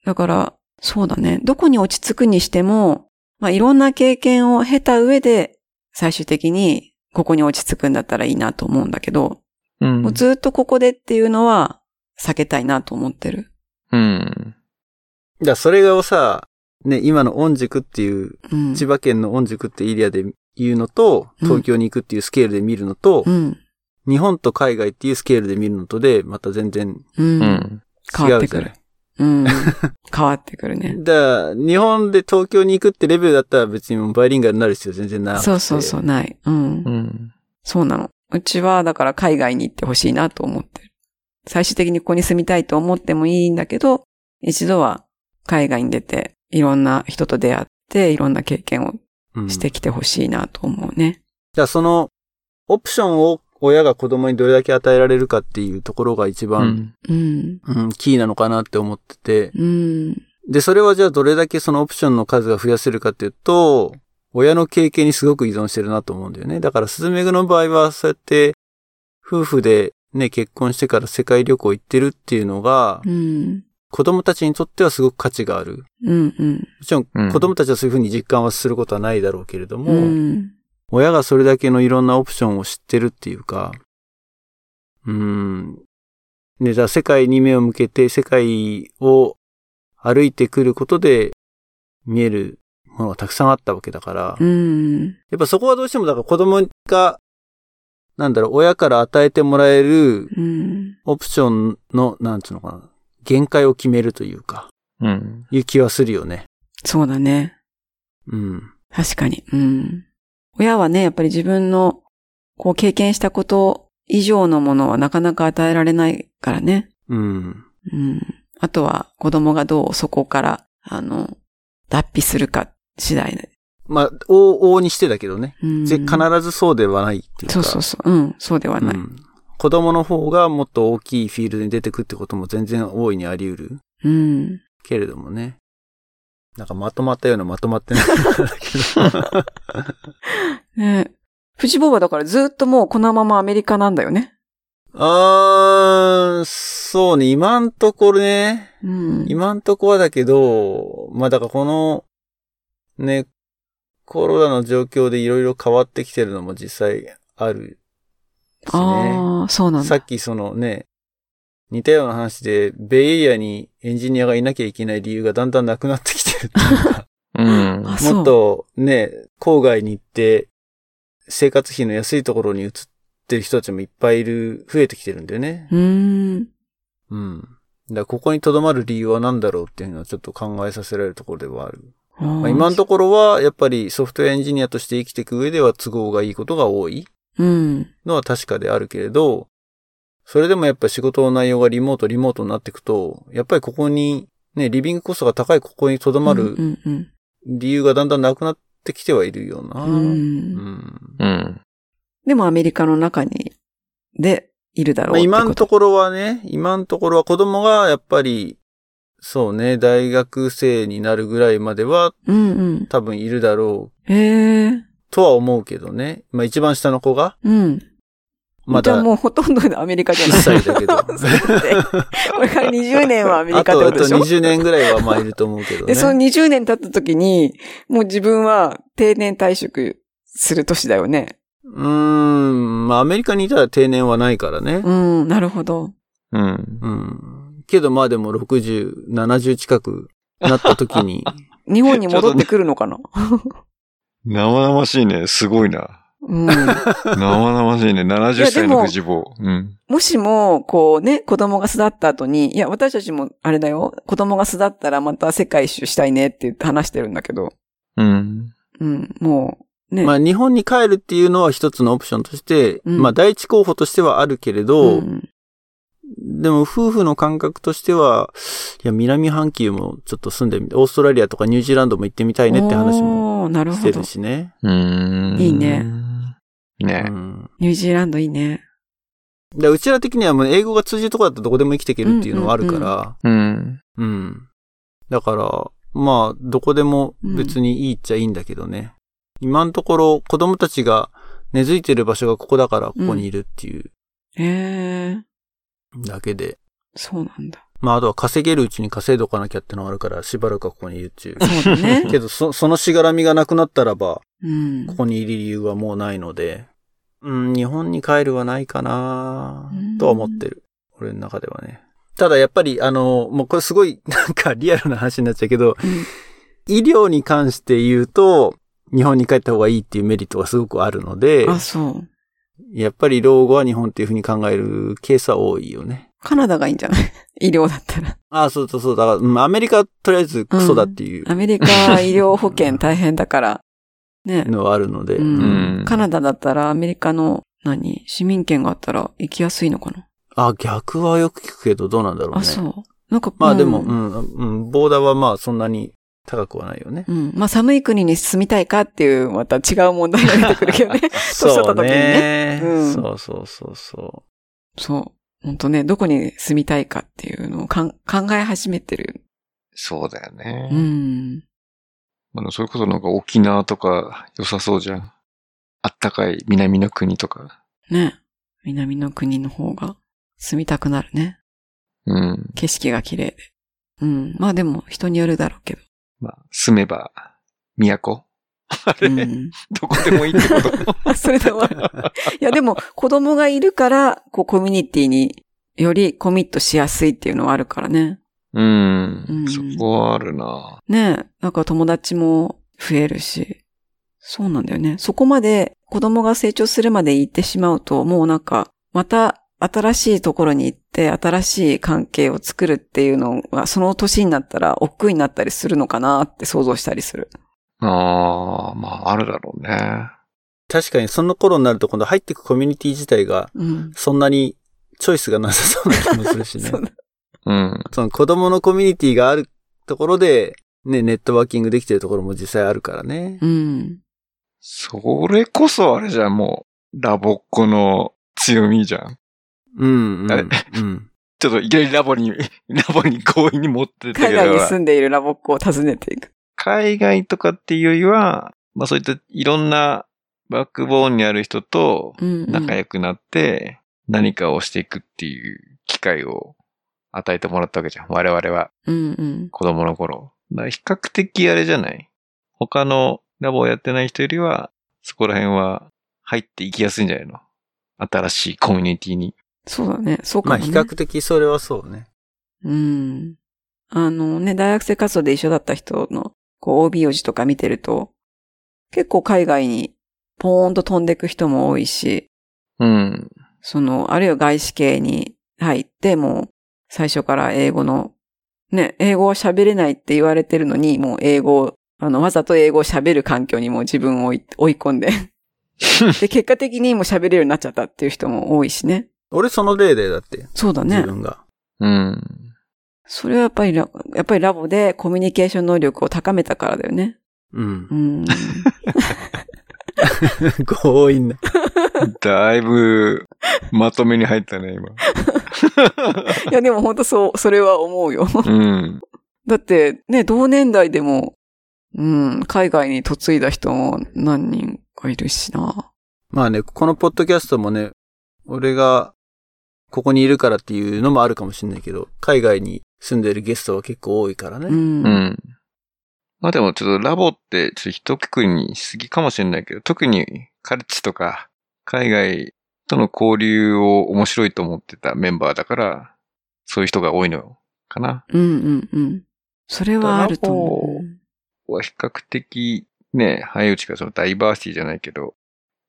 だから、そうだね。どこに落ち着くにしても、まあ、いろんな経験を経た上で、最終的に、ここに落ち着くんだったらいいなと思うんだけど、
うん
もうずっとここでっていうのは、避けたいなと思ってる。
うん。
だからそれをさ、ね、今の御宿っていう、
うん。
千葉県の御宿ってエリアで言うのと、
うん
東京に行くっていうスケールで見るのと、
うん。
日本と海外っていうスケールで見るのとで、また全然違う
うん。
うん。
じゃ
変
な
わ
い
ってくる。うん。変わってくる ね。
だから日本で東京に行くってレベルだったら別にもうバイリンガルになる必要全然ない。
そうそうそう、ない。うん。
うん。
そうなの。うちは、だから海外に行ってほしいなと思ってる。最終的にここに住みたいと思ってもいいんだけど、一度は海外に出て、いろんな人と出会って、いろんな経験を
うん
してきてほしいなと思うね。
じゃあその、オプションを親が子供にどれだけ与えられるかっていうところが一
う
番、
ん。
うん。
うん、キーなのかなって思ってて。
うん。
で、それはじゃあどれだけそのオプションの数が増やせるかっていうと、親の経験にすごく依存してるなと思うんだよね。だから、スズメグの場合は、そうやって、夫婦でね、結婚してから世界旅行行ってるっていうのが、
うん。
子供たちにとってはすごく価値がある。
うん。うん。
もちろ
うん
ん、子供たちはそういうふうに実感はすることはないだろうけれども、
うん。
親がそれだけのいろんなオプションを知ってるっていうか、うーん。ね、じゃあ世界に目を向けて世界を歩いてくることで見えるものがたくさんあったわけだから、
う
や
ん。
っぱそこはどうしてもだから子供が、なんだろう、親から与えてもらえる
うん。
オプションの、なんつうのかな、限界を決めるというか、
うん。
いう気はするよね。
そうだね。
うん。
確かに。うん。親はね、やっぱり自分の、こう経験したこと以上のものはなかなか与えられないからね。
うん。
うん。あとは子供がどうそこから、あの、脱皮するか次第で。
まあ、往々にしてだけどね。
うん。
ぜ必ずそうではないっていうか。
そうそうそう。うん。そうではない。
うん子供の方がもっと大きいフィールドに出てくってことも全然大いにあり得る
うん。
けれどもね。なんかまとまったようなまとまって ないだけど。
ねフジボーはだからずっともうこのままアメリカなんだよね。
あー、そうね、今んところね、
うん。
今んとこはだけど、まあだからこの、ね、コロナの状況でいろいろ変わってきてるのも実際あるしね。
ああ、そうなん
さ
だ。
っきそのね、似たような話で、ベイエリアにエンジニアがいなきゃいけない理由がだんだんなくなってき てるっていうか
うん。
あそう
もっとね、郊外に行って、生活費の安いところに移ってる人たちもいっぱいいる、増えてきてるんだよね。
うーん。
うん。だからここに留まる理由は何だろうっていうのはちょっと考えさせられるところではある。まあ、今の
と
ところは、やっぱりソフトウェアエンジニアとして生きていく上では都合がいいことが多い。
うん。
のは確かであるけれど、それでもやっぱ仕事の内容がリモート、リモートになっていくと、やっぱりここに、ね、リビングコストが高いここに留ま
う
る
んうん
理由がだんだんなくなってきてはいるよな。
うん。う
う
ん
ん
うん。
でもアメリカの中に、で、いるだろう
まあ、今のと
こ。
ころはね、今のところは子供がやっぱり、そうね、大学生になるぐらいまでは
うんうん。
多分いるだろう
へえ。
とは思うけどね。まあ一番下の子が、
うん。
ま
じゃあ
だ
もうほとんどアメリカじゃ
1
ない。
歳だ けど。
そうだよねこれから20年はアメリ
あ
カって
と、
こ
あ
と
と
でしょ
20年ぐらいはまあいると思うけどね。
で、その20年経った時に、もう自分は定年退職する年だよね。
うーん、まあアメリカにいたら定年はないからね
う。ん、なるほど。
うん。
うん。けどまあでも60、70近くなった時 に、
日本に戻ってくるのかな、
生々しいね。すごいな。
うん。
生々しいね。70歳
いやで
の
も
藤坊。うん。
もしも、こうね、子供が巣立った後に、いや、私たちも、あれだよ、子供が巣立ったらまた世界一周したいねって言って話してるんだけど、
うん。
うん、もう、ね。
まあ日本に帰るっていうのは一つのオプションとして、
うん
まあ第一候補としてはあるけれど、
うん
でも夫婦の感覚としては、いや南半球もちょっと住んでみて、オーストラリアとかニュージーランドも行ってみたいねって話も
おーなる
し
ほ
て
ど
る。しね。
うん。
いいね。
う
ね。
ん。
ニュージーランドいいね。
で、うちら的にはもう英語が通じるとこだったらどこでも生きていけるっていうのはあるから、
うん。
うん。だから、まあ、どこでも別にいいっちゃいいんだけどね。今のところ子供たちが根付いてる場所がここだからここにいるっていう
ええー、
だけで。
そうなんだ。
まあ、あとは稼げるうちに稼いどかなきゃってのがあるから、しばらくはここにいるって いう。
そう だね。
けど、そ、そのしがらみがなくなったらば、
うん。
ここにいる理由はもうないので、うん、日本に帰るはないかな
うん
とは思ってる。俺の中ではね。ただやっぱり、あの、もうこれすごい、なんかリアルな話になっちゃうけど、医療に関して言うと、日本に帰った方がいいっていうメリットがすごくあるので
うん、あ、そう。
やっぱり老後は日本っていうふうに考えるケースは多いよね。
カナダがいいんじゃない 医療だったら。
ああ、そうそうそう。だから、うんアメリカはとりあえずクソだっていう
アメリカは医療保険大変だから。ね。
のはあるので、
うん
うん
カナダだったらアメリカの、何市民権があったら行きやすいのかな
あ、逆はよく聞くけど、どうなんだろうね。
あ、そう。なんか、
まあでも、
う。
うんん、うん、ボーダーはまあそんなに高くはないよね。
うん。まあ寒い国に住みたいかっていう、また違う問題が出てくるけど ね。 年取った時にね
そうね
うん
そうそうそうそ
そう。本当ね、どこに住みたいかっていうのをかん考え始めてる。
そうだよね。
うん。
あの、それこそなんか沖縄とか良さそうじゃん。あったかい南の国とか。
ね。南の国の方が住みたくなるね。
うん。
景色が綺麗で。うん。まあでも人によるだろうけど。
まあ、住めば、都
うん。
どこでもいいってこと
それでも、 いやでも子供がいるから、こうコミュニティによりコミットしやすいっていうのはあるからね。
うん。
うん
そこはあるな
ねえ、なんか友達も増えるし。そうなんだよね。そこまで子供が成長するまで行ってしまうと、もうなんか、また新しいところに行って、新しい関係を作るっていうのが、その年になったら、億劫になったりするのかなって想像したりする。
ああ、まあ、あるだろうね。
う。確かにその頃になると今度入ってくコミュニティ自体が
うん。
そんなにチョイスがなさそうな気もする しね。
そうだ
うん。
その子供のコミュニティがあるところで、ね、ネットワーキングできてるところも実際あるからね。
うん。
それこそあれじゃん、もう、ラボっ子の強みじゃん。
うん、うん。
あれ
うん。
ちょっといきなりラボに、 ラボに強引に持ってった
海
けど
外に住んでいるラボっ子を訪ねていく。
海外とかっていうよりは、まあそういったいろんなバックボーンにある人と
うん、うん。
仲良くなって何かをしていくっていう機会を与えてもらったわけじゃん。我々は
うんうん。
子供の頃。だから比較的あれじゃない他のラボをやってない人よりは、そこら辺は入っていきやすいんじゃないの新しいコミュニティに。
そうだね。そうか
ま
も、
あ
ね。
比較的それはそうね。
うん。あのね、大学生活動で一緒だった人の、こう、OB 用事とか見てると、結構海外にポーンと飛んでく人も多いし、
うん。
その、あるいは外資系に入って、もう、最初から英語の、ね、英語は喋れないって言われてるのに、もう英語を、あの、わざと英語を喋る環境にもう自分を追い追い込んで、で、結果的にもう喋れるようになっちゃったっていう人も多いしね。
俺その例でだって、
そうだね
自。分が。
うん。
それはやっぱりラ、やっぱりラボでコミュニケーション能力を高めたからだよね。
うん
う。ん。
強引な。
だいぶ、まとめに入ったね、今。
いや、でも本当そう、それは思うよ。
うん。
だって、ね、同年代でも、うん、海外に嫁いだ人も何人かいるしな。
まあね、このポッドキャストもね、俺がここにいるからっていうのもあるかもしれないけど、海外に住んでるゲストは結構多いからね。
うん。
う
うん。
ん。まあでもちょっとラボってちょっと一括りにしすぎかもしれないけど、特にカルチとか海外との交流を面白いと思ってたメンバーだから、そういう人が多いのかな。
うん、うん。それはあると思
ここは比較的ね、早いうちからそのダイバーシティじゃないけど、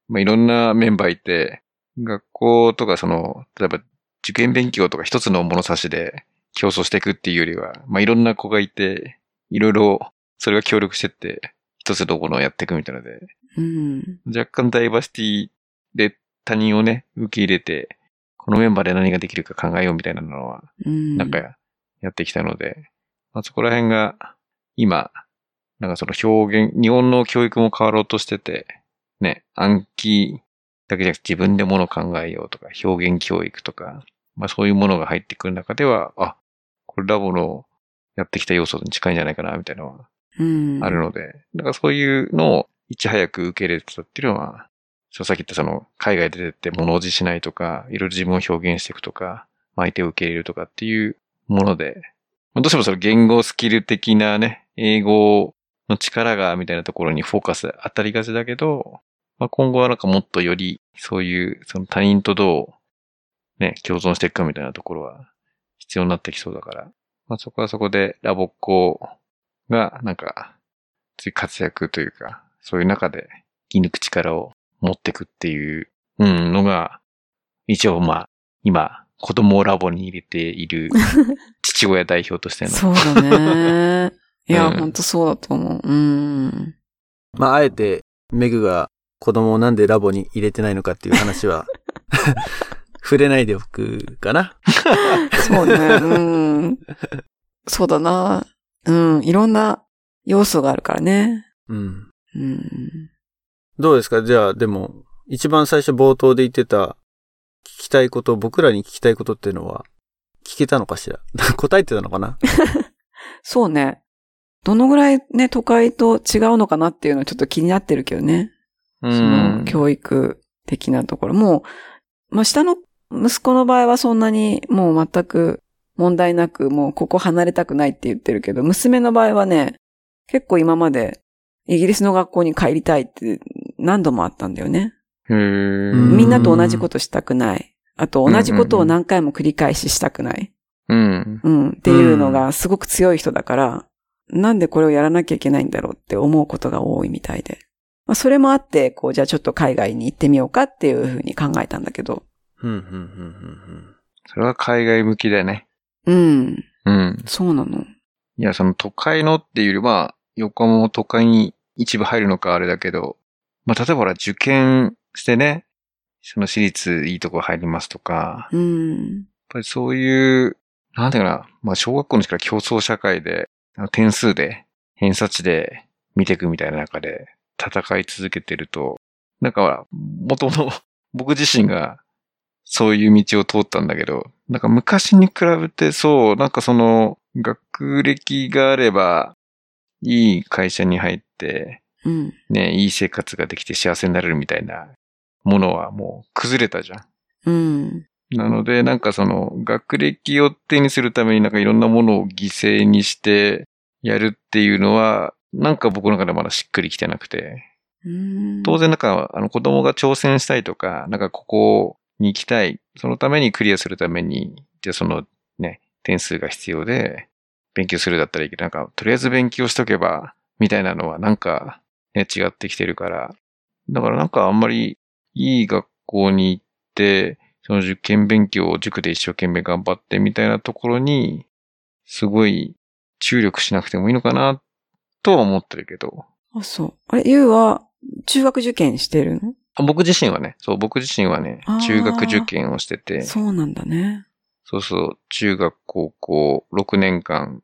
まあいろんなメンバーいて、学校とかその、例えば受験勉強とか一つの物差しで競争していくっていうよりは、まあいろんな子がいて、いろいろそれが協力してって、一つのものをやっていくみたいなので、
う。うん。
若干ダイバーシティで他人をね、受け入れて、このメンバーで何ができるか考えようみたいなのは、
うん。
なんかやってきたので、まあ、そこら辺が今、なんかその表現、日本の教育も変わろうとしてて、ね、暗記だけじゃなくて自分でものを考えようとか、表現教育とか、まあそういうものが入ってくる中では、あ、これラボのやってきた要素に近いんじゃないかな、みたいなのは
うん。
あるので、だからそういうのをいち早く受け入れてたっていうのは、そうさっき言ったその、海外出てって物おじしないとか、いろいろ自分を表現していくとか、相手を受け入れるとかっていうもので、まあどうしてもその言語スキル的なね、英語の力がみたいなところにフォーカス当たりがちだけど、まあ、今後はなんかもっとより、そういう、その他人とどう、ね、共存していくかみたいなところは必要になってきそうだから、まあ、そこはそこでラボっ子が、なんか、つい活躍というか、そういう中で生き抜く力を持っていくっていう、うん、のが、一応まあ、今、子供をラボに入れている父親代表としての。
そう だね。いや、
うん
ほんとそうだと思う。うん。
まあ、あえて、メグが子供をなんでラボに入れてないのかっていう話は、 触れないでおくかな。
そうね。うん。そうだな。うん。いろんな要素があるからね。
うん。
うん。
どうですかじゃあ、でも、一番最初冒頭で言ってた、聞きたいこと、僕らに聞きたいことっていうのは、聞けたのかしら 答えてたのかな
そうね。どのぐらいね、都会と違うのかなっていうのはちょっと気になってるけどね。
う
その
ん。
教育的なところ。もう、まあ、下の息子の場合はそんなにもう全く問題なく、もうここ離れたくないって言ってるけど、娘の場合はね、結構今までイギリスの学校に帰りたいって何度もあったんだよね。
へえ。
うん
みんなと同じことしたくない。あと同じことを何回も繰り返ししたくない。
うん。
うん。っていうのがすごく強い人だから、なんでこれをやらなきゃいけないんだろうって思うことが多いみたいで。まあ、それもあって、こう、じゃあちょっと海外に行ってみようかっていうふうに考えたんだけど。
うん、うん、うん、うん。
それは海外向きだね。
うん。
うん。
そうなの。
いや、その都会のっていうよりは、横浜も都会に一部入るのかあれだけど、まあ、例えばほら受験してね、その私立いいとこ入りますとか、やっ
うん。
ぱりそういう、なんていうかな、まあ、小学校の時から競争社会で、あの点数で、偏差値で見ていくみたいな中で戦い続けてると、なんかほら、もともと僕自身がそういう道を通ったんだけど、なんか昔に比べてそう、なんかその学歴があれば、いい会社に入って、
うん。
ね、いい生活ができて幸せになれるみたいなものはもう崩れたじゃん。
うん。
なので、なんかその、学歴を手にするためになんかいろんなものを犠牲にしてやるっていうのは、なんか僕の中でまだしっくりきてなくて。
うん
当。然なんか、あの子供が挑戦したいとか、なんかここに行きたい。そのためにクリアするために、じゃあそのね、点数が必要で、勉強するだったらいいけど、なんか、とりあえず勉強しとけば、みたいなのはなんか、ね、違ってきてるから。だからなんかあんまりいい学校に行って、その受験勉強を塾で一生懸命頑張ってみたいなところに、すごい注力しなくてもいいのかな、とは思ってるけど。
あ、そう。あれ、ゆうは、中学受験してるの
あ僕自身はね、そう、僕自身はね
あー、
中学受験をしてて、
そうなんだね。
そうそう、中学、高校、6年間、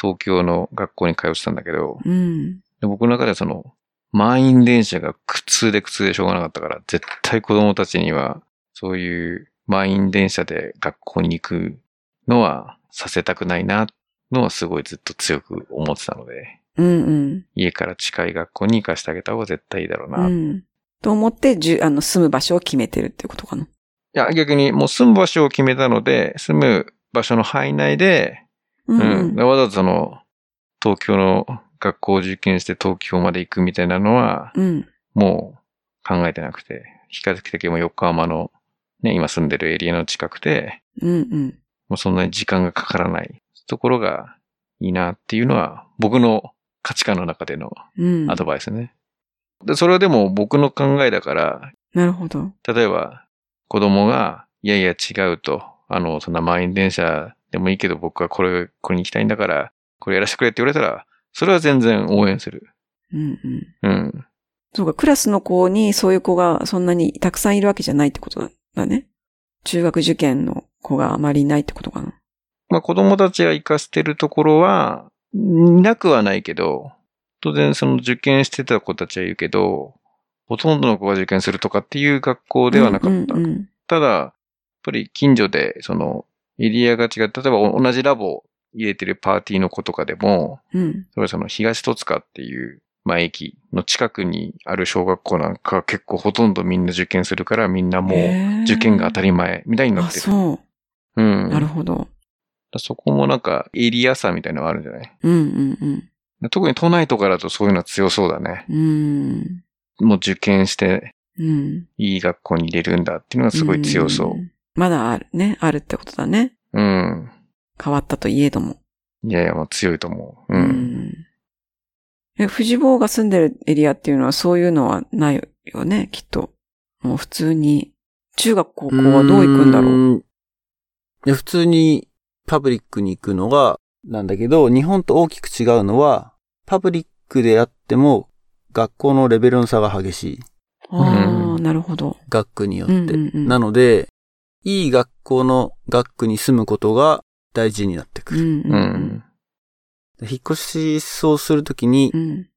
東京の学校に通ってたんだけど、
うん。
で僕の中ではその、満員電車が苦痛で苦痛でしょうがなかったから、絶対子供たちには、そういう満員電車で学校に行くのはさせたくないな、のはすごいずっと強く思ってたので、
うんうん。
家から近い学校に行かせてあげた方が絶対いいだろうな、
う
い
ん。と思って、じゅ、あの、住む場所を決めてるっていうことかな。
や、逆にもう住む場所を決めたので、住む場所の範囲内で、
うん
うん。わざわざその、東京の学校を受験して東京まで行くみたいなのは、
うん。
もう考えてなくて、比較的もう横浜の、ね、今住んでるエリアの近くで、
うんうん。
もうそんなに時間がかからないところがいいなっていうのは、僕の価値観の中での
うん。
アドバイスね。で、それはでも僕の考えだから、
なるほど。
例えば、子供が、いやいや違うと、あの、そんな満員電車でもいいけど僕はこれ、これに行きたいんだから、これやらせてくれって言われたら、それは全然応援する。
うん
う
うん。
ん。
そうか、クラスの子にそういう子がそんなにたくさんいるわけじゃないってことだね。中学受験の子があまりいないってことかな。
まあ子供たちが行かせてるところは、なくはないけど、当然その受験してた子たちはいるけど、ほとんどの子が受験するとかっていう学校ではなかった。
うんうん
ただ、やっぱり近所で、その、エリアが違う。例えば同じラボを入れてるパーティーの子とかでも、
うん。
それはその東戸塚っていう、まあ、駅の近くにある小学校なんかは結構ほとんどみんな受験するからみんなもう
う
受験が当た
り
り前みたいにな
あ、
ってる。
そうう。
ん。だ
なる
か
ほど。
らそこもなんかエリア差みたいなのがあるんじゃない
うんうん
特に都内とかだとそういうのは強そうだね。
うん。うん。
もう受験して
うん。
いい学校に入れるんだっていうのがすごい強そ
ん。まだあるね。あるってことだね。
う。うん。
変わったといえども。
いやいや、もう強いと思う。
う
うん。
んえ、藤坊が住んでるエリアっていうのはそういうのはないよね、きっと。もう普通に、中学高校はどう行くんだろう。
ういや普通にパブリックに行くのが、なんだけど、日本と大きく違うのは、パブリックであっても、学校のレベルの差が激しい。
ああ、
うん
なるほど。
学区によっ
うん
て。
うんうん
なので、いい学校の学区に住むことが大事になってく
うん
る。
う
うんん。
引っ越しをするときに
う、ん。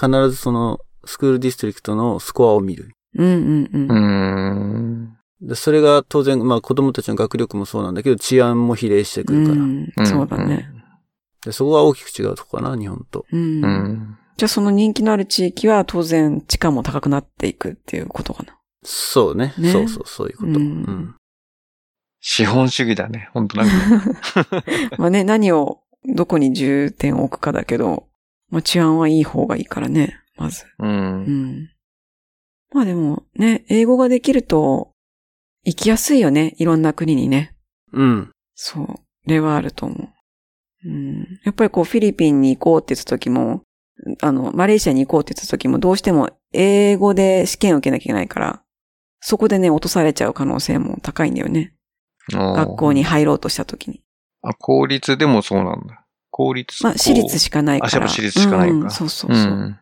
必ずそのスクールディストリクトのスコアを見る。
うんうんうん
う。ん。
でそれが当然、まあ子供たちの学力もそうなんだけど、治安も比例してくるから。
うんそうだね。
でそこが大きく違うとこかな、日本と。
うん
うん。うん。
じゃあその人気のある地域は当然地価も高くなっていくっていうことかな。
そうね。
ね
そうそう、そういうこと。
うん
うん
資本主義だね。ほんとなんか。
まあね、何をどこに重点を置くかだけど、まあ治安はいい方がいいからね、まず。
う。
うんん。まあでもね、英語ができると行きやすいよね、いろんな国にね。
うん。
そう。それはあると思う。うん。やっぱりこうフィリピンに行こうって言った時も、あの、マレーシアに行こうって言った時もどうしても英語で試験を受けなきゃいけないから、そこでね、落とされちゃう可能性も高いんだよね。学
学
校に。入ろうとした時に。
あ、公立でもそうなんだ。公立。
まあ、私立しかないか
あやっ
ら。
ぱ私立しかないか
うんそうそう
う
そう。
ん。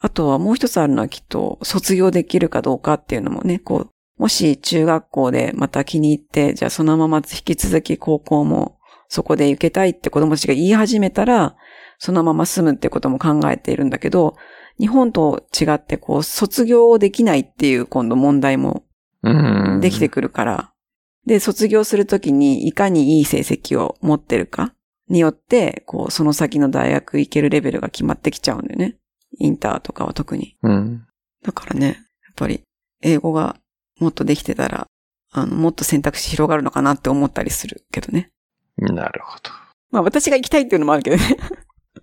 あとはもう一つあるのはきっと、卒業できるかどうかっていうのもね、こう、もし中学校でまた気に入って、じゃあそのまま引き続き高校もそこで受けたいって子供たちが言い始めたら、そのまま住むってことも考えているんだけど、日本と違ってこう、卒業できないっていう今度問題も
うん。
できてくるから。で、卒業するときにいかにいい成績を持ってるかによって、こう、その先の大学行けるレベルが決まってきちゃうんだよね。インターとかは特に。
うん。
だからね、やっぱり英語がもっとできてたら、あの、もっと選択肢広がるのかなって思ったりするけどね。
なるほど。
まあ私が行きたいっていうのもあるけどね。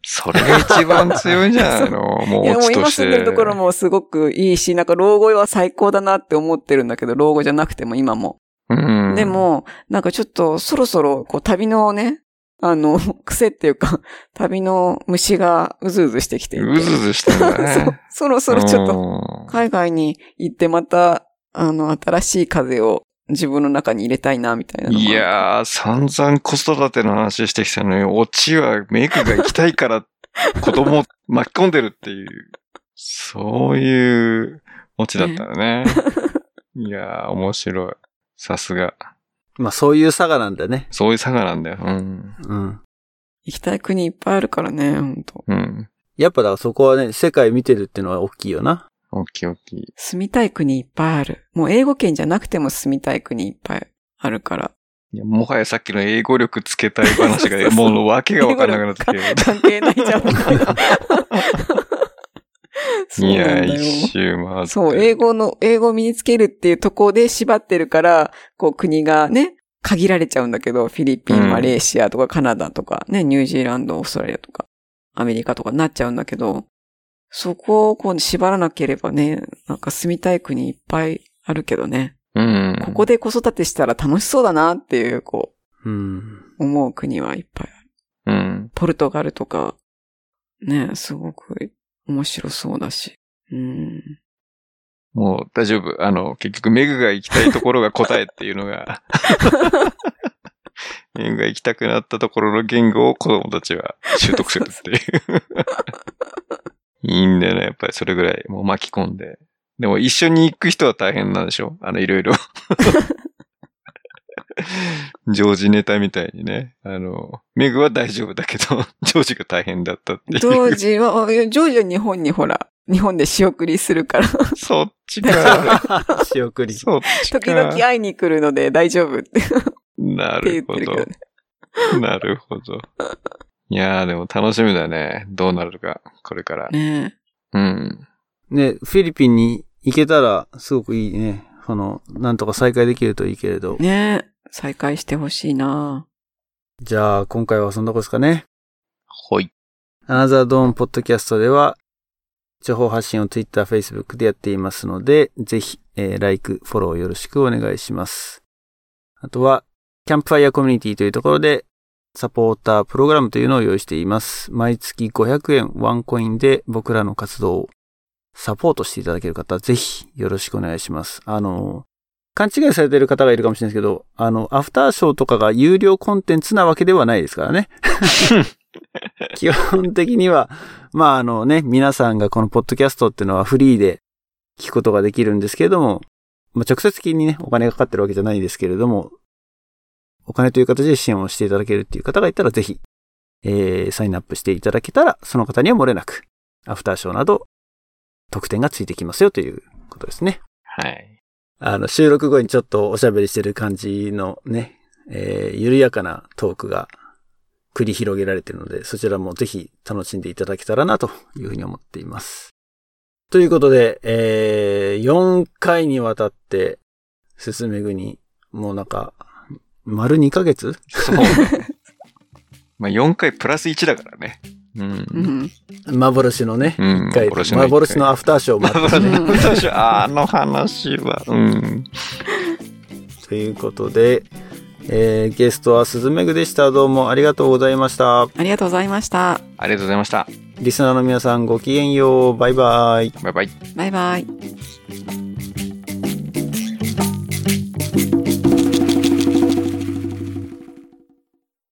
それが一番強いんじゃないのも
いうや
オ
もう
チと
今
して。
住んでるところもすごくいいし、なんか老後は最高だなって思ってるんだけど、老後じゃなくても今も。
うん。
で、も、なんかちょっとそろそろ、こう、旅のね、あの、 癖っていうか、旅の虫がうずうずしてきていて。
うずうずしてるんだ
そう
ね。
そろそろちょっと、
と
海外に行ってまた、あの、新しい風を自分の中に入れたいな、みたいなのが
いやー、散々子育ての話してきたのに、オチはメイクが行きたいから子供を巻き込んでるっていう、そういうオチだったよ ね。いやー、面白い。さすが。
まあそういう差がなんだね。
そういう差がなんだよ。うん。
うん。
行きたい国いっぱいあるからね、本当
うん。
やっぱだからそこはね、世界見てるってのは大きいよな。
おっきいおっきい。
住みたい国いっぱいある。もう英語圏じゃなくても住みたい国いっぱいあるから。
いやもはやさっきの英語力つけたい話
そうそう
が、
そう
もうわけがわかんなくなってきて る。
関係ないじ ゃん、 みたいな。そう
い
な
や、
んだよ。
一周回って。
そう、英語の、英語を身につけるっていうところで縛ってるから、こう国がね、限られちゃうんだけど、フィリピ
う
ン、
ん
マレーシアとかカナダとか、ね、ニュージーランド、オーストラリアとか、アメリカとかになっちゃうんだけど、そこをこう縛らなければね、なんか住みたい国いっぱいあるけどね、
うん。
ここで子育てしたら楽しそうだなっていう、こ
うん。
う、思う国はいっぱいある。
うん。
ポルトガルとか、ね、すごく面白そうだし。うん。
もう大丈夫。あの、結局メグが行きたいところが答えっていうの が、メグが行きたくなったところの言語を子供たちは習得するって いう。いいんだよね。やっぱりそれぐらい、もう巻き込んで。でも一緒に行く人は大変なんでしょあの、いろい ろ。ジョージネタみたいにね。あの、メグは大丈夫だけど、ジョージが大変だった って
ジ
いう。
ョージは、ジョージは日本にほら、日本で仕送りするから、
そっち か。
仕送り。
そっちか。
時々会いに来るので大丈夫って
な
言
る
って
ほ
るけど
ど
ね。。
なるほど。いやーでも楽しみだね。どうなるか、これから。
ね
うん。
ね、フィリピンに行けたら、すごくいいね。あの、なんとか再会できるといいけれど
え。。ねえ。再開してほしいな
じゃあ、今回はそんなことですかね。
ほい。
アナザードーンポッドキャストでは、情報発信を Twitter、Facebook でやっていますので、ぜひ、えー、like、フォローよろしくお願いします。あとは、キャンプファイヤーコミュニティというところで、サポータープログラムというのを用意しています。毎月500円ワンコインで僕らの活動をサポートしていただける方、ぜひよろしくお願いします。あの、勘違いされている方がいるかもしれないですけど、あの、アフターショーとかが有料コンテンツなわけではないですからね。基本的には、まああのね、皆さんがこのポッドキャストっていうのはフリーで聞くことができるんですけれども、まあ、直接的にね、お金がかかってるわけじゃないですけれども、お金という形で支援をしていただけるっていう方がいたら、ぜひ、えー、サインアップしていただけたら、その方には漏れなく、アフターショーなど、特典がついてきますよということですね。
はい。
あの、収録後にちょっとおしゃべりしてる感じのね、えー緩やかなトークが繰り広げられているので、そちらもぜひ楽しんでいただけたらなというふうに思っています。ということで、えー4回にわたって、すすめぐに、もうなんか、丸2ヶ月
そう。 まあ、4回プラス1だからね。うん。
う。ん。
幻のね、
うん
一回
幻の一回
幻のアフターショーもあった
幻の話は あの話は、うん。
ということで、えーゲストはすずめぐでした。どうもありがとうございました。
ありがとうございました。
ありがとうございました。
リスナーの皆さんごきげんよう。バイバイ。
バイバイ。
バイバイ。
「